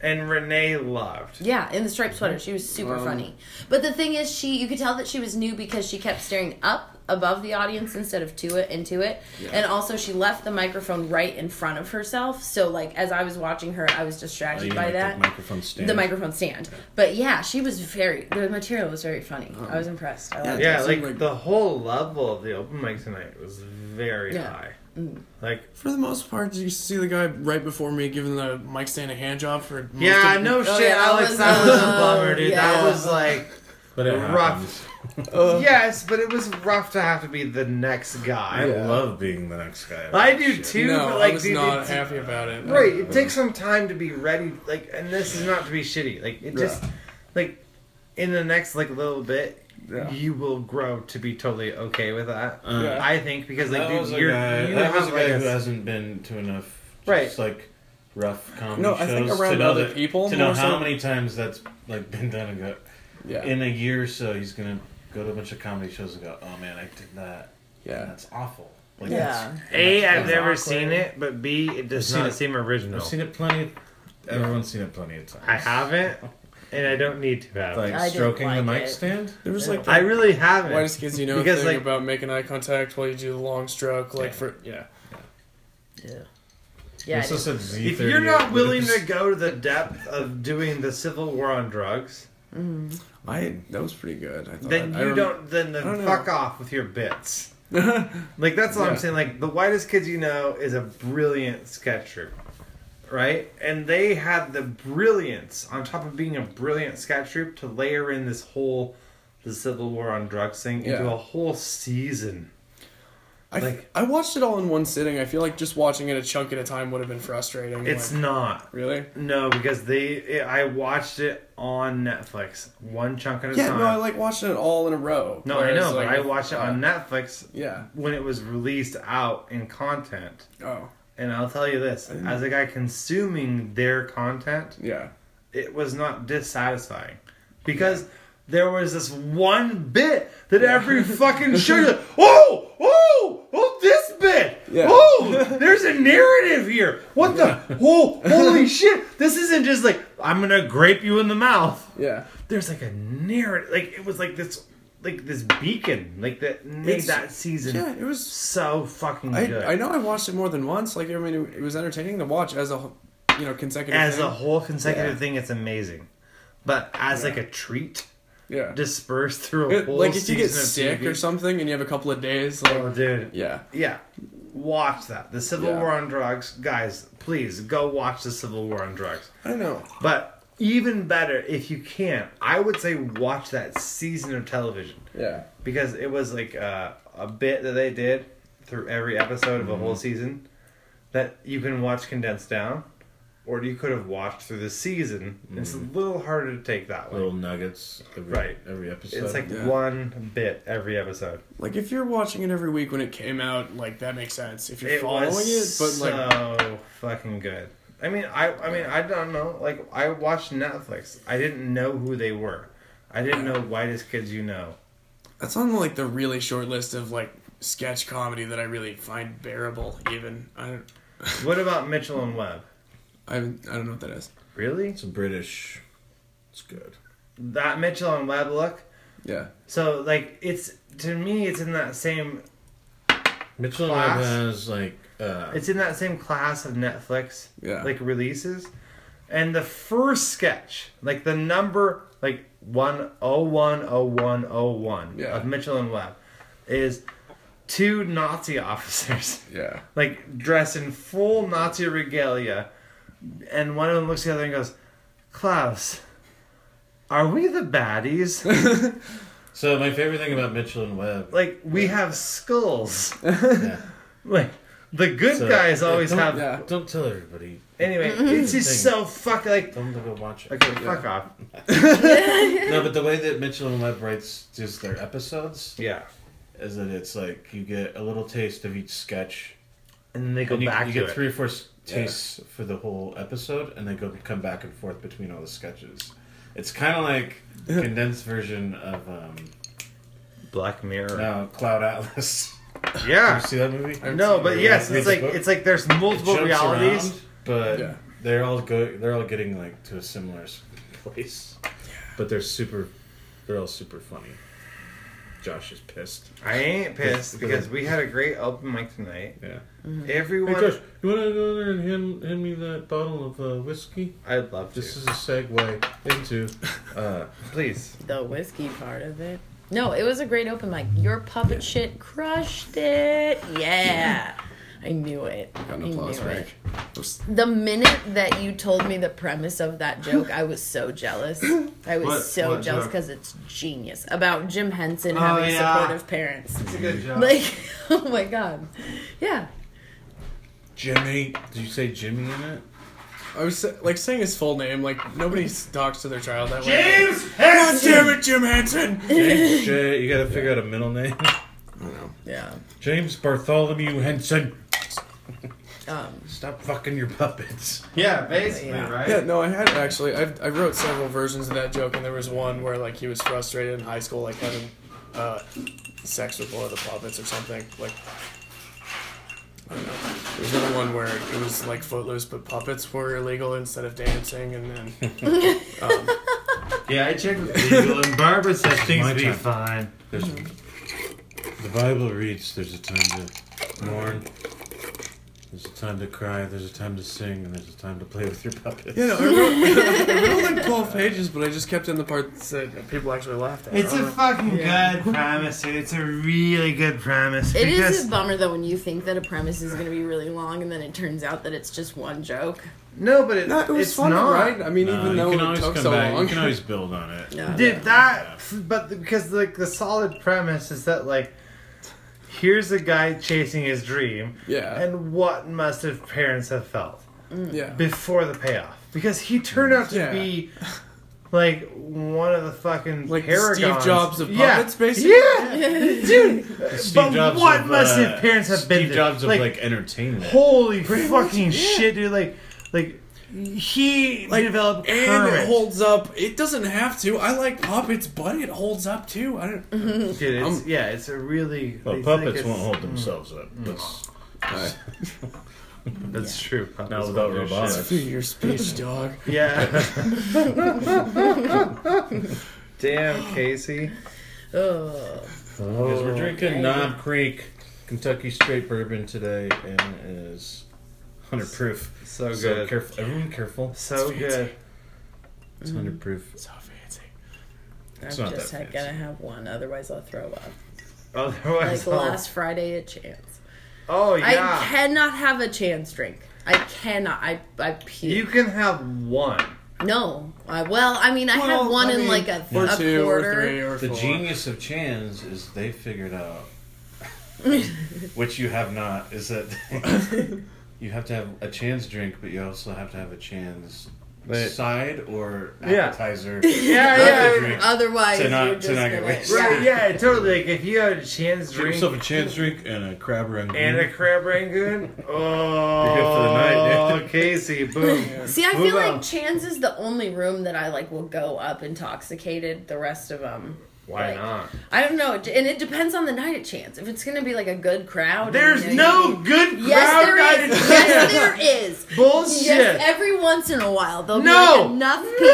Speaker 1: and Renee loved.
Speaker 2: Yeah, in the striped sweater. She was super
Speaker 3: Um,
Speaker 2: funny. But the thing is, she you could tell that she was new because she kept staring up above the audience instead of to it into it. And also she left the microphone right in front of herself. So like as I was watching her, I was
Speaker 4: Oh,
Speaker 2: distracted
Speaker 4: you mean
Speaker 2: by
Speaker 4: like
Speaker 2: that.
Speaker 4: The microphone stand.
Speaker 2: The microphone stand. But yeah, she was very the material was very funny.
Speaker 4: Uh-huh.
Speaker 2: I was impressed. I liked it.
Speaker 1: Yeah,
Speaker 3: It
Speaker 1: like
Speaker 3: seemed like-
Speaker 1: the whole level of the open mic tonight was very
Speaker 2: Yeah. Mm.
Speaker 1: high. Like,
Speaker 3: For the most part, did you see the guy right before me giving the mic stand a hand job for? most
Speaker 1: yeah,
Speaker 3: of-
Speaker 1: no
Speaker 2: Oh,
Speaker 1: shit,
Speaker 2: yeah,
Speaker 1: Alex,
Speaker 2: that
Speaker 1: that was
Speaker 2: was-
Speaker 1: a bummer, dude. That
Speaker 2: yeah.
Speaker 1: was like,
Speaker 4: but it
Speaker 1: rough.
Speaker 4: happens.
Speaker 3: Uh,
Speaker 1: yes, but it was rough to have to be the next guy.
Speaker 4: I
Speaker 3: Yeah.
Speaker 4: love being the next guy.
Speaker 1: I do too,
Speaker 3: no,
Speaker 1: but like,
Speaker 3: I was
Speaker 1: dude,
Speaker 3: not
Speaker 1: it's-
Speaker 3: happy about it.
Speaker 1: Right, it takes some time to be ready. Like, and this is not to be shitty. Like, it just, like, in the next like little bit,
Speaker 3: Yeah.
Speaker 1: you will grow to be totally okay with that.
Speaker 4: Uh,
Speaker 3: Yeah.
Speaker 1: I think because like,
Speaker 4: That
Speaker 1: dude,
Speaker 4: was a
Speaker 1: you're,
Speaker 4: guy,
Speaker 1: you
Speaker 4: that
Speaker 1: have
Speaker 4: was a
Speaker 1: like
Speaker 4: guy
Speaker 1: a
Speaker 4: who
Speaker 1: s-
Speaker 4: hasn't been to enough, just
Speaker 1: Right.
Speaker 4: like rough comedy
Speaker 3: No, I
Speaker 4: shows
Speaker 3: think around
Speaker 4: to know
Speaker 3: other
Speaker 4: that-
Speaker 3: people
Speaker 4: to know
Speaker 3: more
Speaker 4: how
Speaker 3: so.
Speaker 4: many times that's like been done. And go,
Speaker 3: Yeah,
Speaker 4: in a year or so, he's gonna go to a bunch of comedy shows and go, "Oh man, I did that.
Speaker 3: yeah.
Speaker 4: That's awful." Like,
Speaker 2: Yeah.
Speaker 1: A, I've
Speaker 2: That's
Speaker 1: never
Speaker 2: awkward.
Speaker 1: seen it, but B, it does
Speaker 4: I've seen
Speaker 1: not
Speaker 4: it.
Speaker 1: seem original.
Speaker 4: I've seen it plenty. Everyone's seen it plenty of times.
Speaker 1: I haven't, and I don't need to have.
Speaker 4: Like
Speaker 1: it.
Speaker 2: I didn't
Speaker 4: stroking the
Speaker 2: like
Speaker 4: mic
Speaker 2: it.
Speaker 4: stand.
Speaker 3: There was like
Speaker 1: I
Speaker 3: that
Speaker 1: really haven't.
Speaker 3: whitest kids you know
Speaker 1: because,
Speaker 3: thing
Speaker 1: like-
Speaker 3: about making eye contact while you do the long stroke, like
Speaker 4: Yeah.
Speaker 3: for yeah.
Speaker 2: Yeah. I
Speaker 4: This
Speaker 2: did.
Speaker 4: is a Z38.
Speaker 1: if you're not willing to go to the depth of doing the civil war on drugs,
Speaker 3: I that was pretty good. I thought.
Speaker 1: then
Speaker 3: I
Speaker 1: you
Speaker 3: rem-
Speaker 1: don't. Then, then
Speaker 3: I don't know.
Speaker 1: fuck off with your bits. like that's all I'm
Speaker 3: Yeah.
Speaker 1: saying. Like the whitest kids you know is a brilliant sketch troupe, right? And they had the brilliance on top of being a brilliant sketch troupe to layer in this whole the civil war on drugs thing into
Speaker 3: Yeah.
Speaker 1: a whole season.
Speaker 3: I,
Speaker 1: like-
Speaker 3: I watched it all in one sitting. I feel like just watching it a chunk at a time would have been frustrating.
Speaker 1: It's
Speaker 3: like,
Speaker 1: not.
Speaker 3: really.
Speaker 1: No, because they. It, I watched it on Netflix, one chunk at a
Speaker 3: Yeah,
Speaker 1: time.
Speaker 3: no, I like watching it all in a row.
Speaker 1: no, I
Speaker 3: whereas,
Speaker 1: know,
Speaker 3: like,
Speaker 1: but I
Speaker 3: if-
Speaker 1: watched it on Netflix
Speaker 3: Yeah.
Speaker 1: when it was released out in content.
Speaker 3: Oh,
Speaker 1: And I'll tell you this: as a guy consuming their content,
Speaker 3: Mm. yeah.
Speaker 1: it was not dissatisfying because there was this one bit that every fucking show, you're like, oh, oh, oh, this bit,
Speaker 3: Yeah.
Speaker 1: oh, there's a narrative here. What the? Oh, holy shit! This isn't just like I'm gonna grape you in the mouth.
Speaker 3: Yeah.
Speaker 1: There's like a narrative. Like it was like this, like this beacon, like that made
Speaker 3: It's-
Speaker 1: that season
Speaker 3: Yeah, it was
Speaker 1: so fucking
Speaker 3: I,
Speaker 1: good.
Speaker 3: I know I watched it more than once. Like I mean, it, it was entertaining to watch as a wh- you know consecutive.
Speaker 1: as
Speaker 3: thing.
Speaker 1: a whole consecutive
Speaker 3: Yeah.
Speaker 1: thing, it's amazing. But as like a treat
Speaker 3: yeah.
Speaker 1: dispersed through a
Speaker 3: It-
Speaker 1: whole
Speaker 3: like if
Speaker 1: season
Speaker 3: you get
Speaker 1: of
Speaker 3: sick
Speaker 1: TV.
Speaker 3: or something and you have a couple of days, like
Speaker 1: Oh, dude,
Speaker 3: yeah,
Speaker 1: yeah, watch that. The Civil
Speaker 3: Yeah.
Speaker 1: War on Drugs, guys. Please go watch the Civil War on Drugs.
Speaker 3: I know.
Speaker 1: But even better, if you can, I would say watch that season of television
Speaker 3: Yeah.
Speaker 1: because it was like uh, a bit that they did through every episode of a
Speaker 3: Mhm.
Speaker 1: whole season that you can watch condensed down, or you could have watched through the season. It's a
Speaker 3: Mm.
Speaker 1: little harder to take that way.
Speaker 4: little nuggets. Every,
Speaker 1: Right.
Speaker 4: Every episode.
Speaker 1: It's like
Speaker 3: Yeah.
Speaker 1: one bit every episode.
Speaker 3: Like if you're watching it every week when it came out, like that makes sense. If you're
Speaker 1: It
Speaker 3: following
Speaker 1: was
Speaker 3: it, but like
Speaker 1: so fucking good. I mean, I I mean, I don't know. Like, I watched Netflix. I didn't know who they were. I didn't know whitest kids you know.
Speaker 3: that's on like the really short list of like sketch comedy that I really find bearable. Even I don't,
Speaker 1: What about Mitchell and Webb?
Speaker 3: I, haven't- I don't know what that is.
Speaker 1: Really?
Speaker 4: it's a British. It's good.
Speaker 1: That Mitchell and Webb look.
Speaker 3: Yeah.
Speaker 1: So like, it's to me, it's in that same.
Speaker 4: Mitchell
Speaker 1: Class.
Speaker 4: and Webb has like. Uh,
Speaker 1: It's in that same class of Netflix.
Speaker 3: Yeah.
Speaker 1: Like releases, and the first sketch, like the number, like one oh one oh one oh one
Speaker 3: Yeah.
Speaker 1: of Mitchell and Webb, is two Nazi officers
Speaker 3: Yeah.
Speaker 1: like dressed in full Nazi regalia, and one of them looks at the other and goes, "Klaus, are we the baddies?"
Speaker 4: So my favorite thing about Mitchell and Webb,
Speaker 1: Like we have skulls.
Speaker 4: yeah.
Speaker 1: Like the good
Speaker 4: So-
Speaker 1: guys always
Speaker 4: Don't-
Speaker 1: have.
Speaker 3: yeah.
Speaker 4: don't tell everybody.
Speaker 1: Anyway,
Speaker 2: Mm-hmm.
Speaker 1: it's just
Speaker 4: Things.
Speaker 1: so fuck like.
Speaker 4: Tell them to go watch it.
Speaker 1: Okay, fuck off.
Speaker 4: No, but the way that Mitchell and Webb writes just their episodes
Speaker 1: Yeah,
Speaker 4: is that it's like you get a little taste of each sketch.
Speaker 1: and then they go
Speaker 4: and you,
Speaker 1: back
Speaker 4: you
Speaker 1: to
Speaker 4: get
Speaker 1: it.
Speaker 4: three or four s- tastes for the whole episode, and they go come back and forth between all the sketches. It's kind of like the condensed version of um,
Speaker 1: Black Mirror.
Speaker 4: no, Cloud Atlas. Did you
Speaker 1: Yeah.
Speaker 4: see that movie?
Speaker 1: No, but yes,
Speaker 4: Yeah,
Speaker 1: it's
Speaker 4: the
Speaker 1: like
Speaker 4: book.
Speaker 1: it's like there's multiple
Speaker 4: It jumps
Speaker 1: realities.
Speaker 4: around, but
Speaker 3: Yeah.
Speaker 4: they're all go they're all getting like to a similar s- place. But they're super they're all super funny. Josh is pissed.
Speaker 1: I ain't pissed
Speaker 4: Good.
Speaker 1: because we had a great open mic tonight.
Speaker 4: Yeah.
Speaker 2: Mm-hmm.
Speaker 1: Everyone,
Speaker 4: you want to go there and hand, hand me that bottle of uh, whiskey?
Speaker 1: I'd love to.
Speaker 4: This is a segue into. Uh,
Speaker 1: Please,
Speaker 2: The whiskey part of it. No, it was a great open mic. Your puppet shit crushed it. Yeah. I knew it.
Speaker 5: Got an
Speaker 2: I
Speaker 5: applause
Speaker 2: knew
Speaker 5: break.
Speaker 2: it.
Speaker 5: Oops.
Speaker 2: The minute that you told me the premise of that joke, I was so jealous. I was
Speaker 1: What-
Speaker 2: so
Speaker 1: what
Speaker 2: jealous
Speaker 1: joke?
Speaker 2: because it's genius about Jim Henson
Speaker 1: Oh,
Speaker 2: having
Speaker 1: yeah.
Speaker 2: supportive parents.
Speaker 1: it's a good job.
Speaker 2: Like, oh my god, yeah.
Speaker 4: Jimmy. Did you say Jimmy in it?
Speaker 3: I was sa- like saying his full name. Like nobody s- talks to their child that way.
Speaker 1: James
Speaker 3: God damn it, Jim Henson.
Speaker 4: James J. You gotta figure out a middle name.
Speaker 5: I don't know.
Speaker 2: Yeah.
Speaker 4: James Bartholomew Henson.
Speaker 2: Um,
Speaker 4: Stop fucking your puppets.
Speaker 1: Yeah, basically,
Speaker 2: Yeah.
Speaker 1: right?
Speaker 3: Yeah, no, I had actually. I I wrote several versions of that joke, and there was one where like he was frustrated in high school, like having uh, sex with one of the puppets or something. Like I don't know. There's another one where it was like Footloose, but puppets were illegal instead of dancing, and then
Speaker 1: Yeah, I checked with legal, and Barbara said
Speaker 4: things My be time.
Speaker 1: fine.
Speaker 4: There's, the Bible reads there's a time to mourn, there's a time to cry, there's a time to sing, and there's a time to play with your puppets.
Speaker 3: you know I wrote, I wrote like twelve pages, but I just kept in the parts that people actually laughed at.
Speaker 1: It's
Speaker 3: I don't
Speaker 1: a
Speaker 3: know.
Speaker 1: fucking
Speaker 2: Yeah.
Speaker 1: good premise, dude. It's a really good premise.
Speaker 2: it
Speaker 1: because
Speaker 2: is a bummer though when you think that a premise is going to be really long and then it turns out that it's just one joke.
Speaker 1: no, but it,
Speaker 3: No, it was
Speaker 1: it's
Speaker 3: fun,
Speaker 1: not
Speaker 3: right? I mean,
Speaker 4: No,
Speaker 3: even though
Speaker 4: Uh, you can
Speaker 3: it
Speaker 4: always
Speaker 3: took
Speaker 4: come
Speaker 3: so
Speaker 4: back.
Speaker 3: long,
Speaker 4: You can always build on it.
Speaker 2: Yeah.
Speaker 1: Dude, that but the- because like the solid premise is that like here's a guy chasing his dream
Speaker 3: yeah,
Speaker 1: and what must his parents have felt
Speaker 3: yeah.
Speaker 1: before the payoff because he turned out to
Speaker 3: Yeah.
Speaker 1: be like one of the fucking
Speaker 3: Like the
Speaker 1: paragons.
Speaker 3: Steve Jobs of
Speaker 1: yeah.
Speaker 3: puppets, basically?
Speaker 1: Yeah, dude.
Speaker 4: Steve
Speaker 1: but
Speaker 4: Jobs
Speaker 1: what
Speaker 4: of,
Speaker 1: must
Speaker 4: uh,
Speaker 1: his parents have been
Speaker 4: Steve
Speaker 1: through?
Speaker 4: Jobs of
Speaker 1: Like,
Speaker 4: like, entertainment.
Speaker 1: Holy fucking shit, dude! Like, like he
Speaker 3: Like,
Speaker 1: developed
Speaker 3: and
Speaker 1: courage.
Speaker 3: it holds up. It doesn't have to. I like puppets, but it holds up too. I don't.
Speaker 1: Dude, it's,
Speaker 3: Um,
Speaker 1: yeah, it's a really.
Speaker 4: well,
Speaker 1: it's like
Speaker 4: puppets
Speaker 1: it's- Hmm.
Speaker 4: won't hold themselves up. That's
Speaker 5: Alright.
Speaker 1: That's true. Puppets
Speaker 4: not without
Speaker 1: won't do shit.
Speaker 4: robotics.
Speaker 3: your speech, dog.
Speaker 1: Yeah. Damn, Casey.
Speaker 2: Oh,
Speaker 4: Because we're drinking
Speaker 2: dang.
Speaker 4: Knob Creek Kentucky straight bourbon today, and it is 100 proof.
Speaker 1: So Oh, good.
Speaker 4: So
Speaker 1: So,
Speaker 4: careful, everyone careful.
Speaker 1: good.
Speaker 4: It's 100 proof.
Speaker 3: So fancy.
Speaker 2: I've
Speaker 4: not
Speaker 2: just
Speaker 4: that
Speaker 2: had,
Speaker 4: fancy.
Speaker 2: gotta have one, otherwise I'll throw up. Like
Speaker 1: Otherwise, I'll-
Speaker 2: last Friday at Chance.
Speaker 1: oh
Speaker 2: I
Speaker 1: yeah,
Speaker 2: cannot have a Chance drink. I cannot. I I puke.
Speaker 1: you can have one.
Speaker 2: No. I, well, I mean, I had one in like a,
Speaker 3: or
Speaker 2: a
Speaker 3: two,
Speaker 2: quarter.
Speaker 3: or three, or
Speaker 4: The
Speaker 3: four.
Speaker 4: genius of Chan's is they figured out, which you have not, is that you have to have a Chan's drink, but you also have to have a Chan's
Speaker 1: Wait.
Speaker 4: side or
Speaker 1: Yeah.
Speaker 4: appetizer.
Speaker 1: Yeah,
Speaker 4: Not
Speaker 1: yeah.
Speaker 4: the drink.
Speaker 2: Otherwise,
Speaker 4: To not-
Speaker 2: you're
Speaker 4: to
Speaker 2: just
Speaker 4: not get
Speaker 2: gonna,
Speaker 4: wasted.
Speaker 1: Right?
Speaker 2: yeah.
Speaker 1: Yeah, totally. Like if you had a chance
Speaker 4: Get
Speaker 1: drink
Speaker 4: yourself a Chan's drink and a crab rangoon.
Speaker 1: and a crab rangoon,
Speaker 4: You're good for the
Speaker 1: oh,
Speaker 4: night, dude.
Speaker 1: Casey, boom.
Speaker 2: See, I
Speaker 1: Move
Speaker 2: feel like
Speaker 1: on.
Speaker 2: Chance is the only room that I like will go up intoxicated. The rest of them,
Speaker 1: Why
Speaker 2: Like,
Speaker 1: not?
Speaker 2: I don't know, and it depends on the night at Chance. If it's gonna be like a good crowd,
Speaker 1: There's
Speaker 2: and, you know,
Speaker 1: no good crowd
Speaker 2: you- Yes, there
Speaker 1: night
Speaker 2: is.
Speaker 1: at
Speaker 2: Yes,
Speaker 1: Chance.
Speaker 2: there is.
Speaker 1: Bullshit.
Speaker 2: Yes, every once in a while there'll
Speaker 1: No.
Speaker 2: be like enough
Speaker 1: No,
Speaker 2: people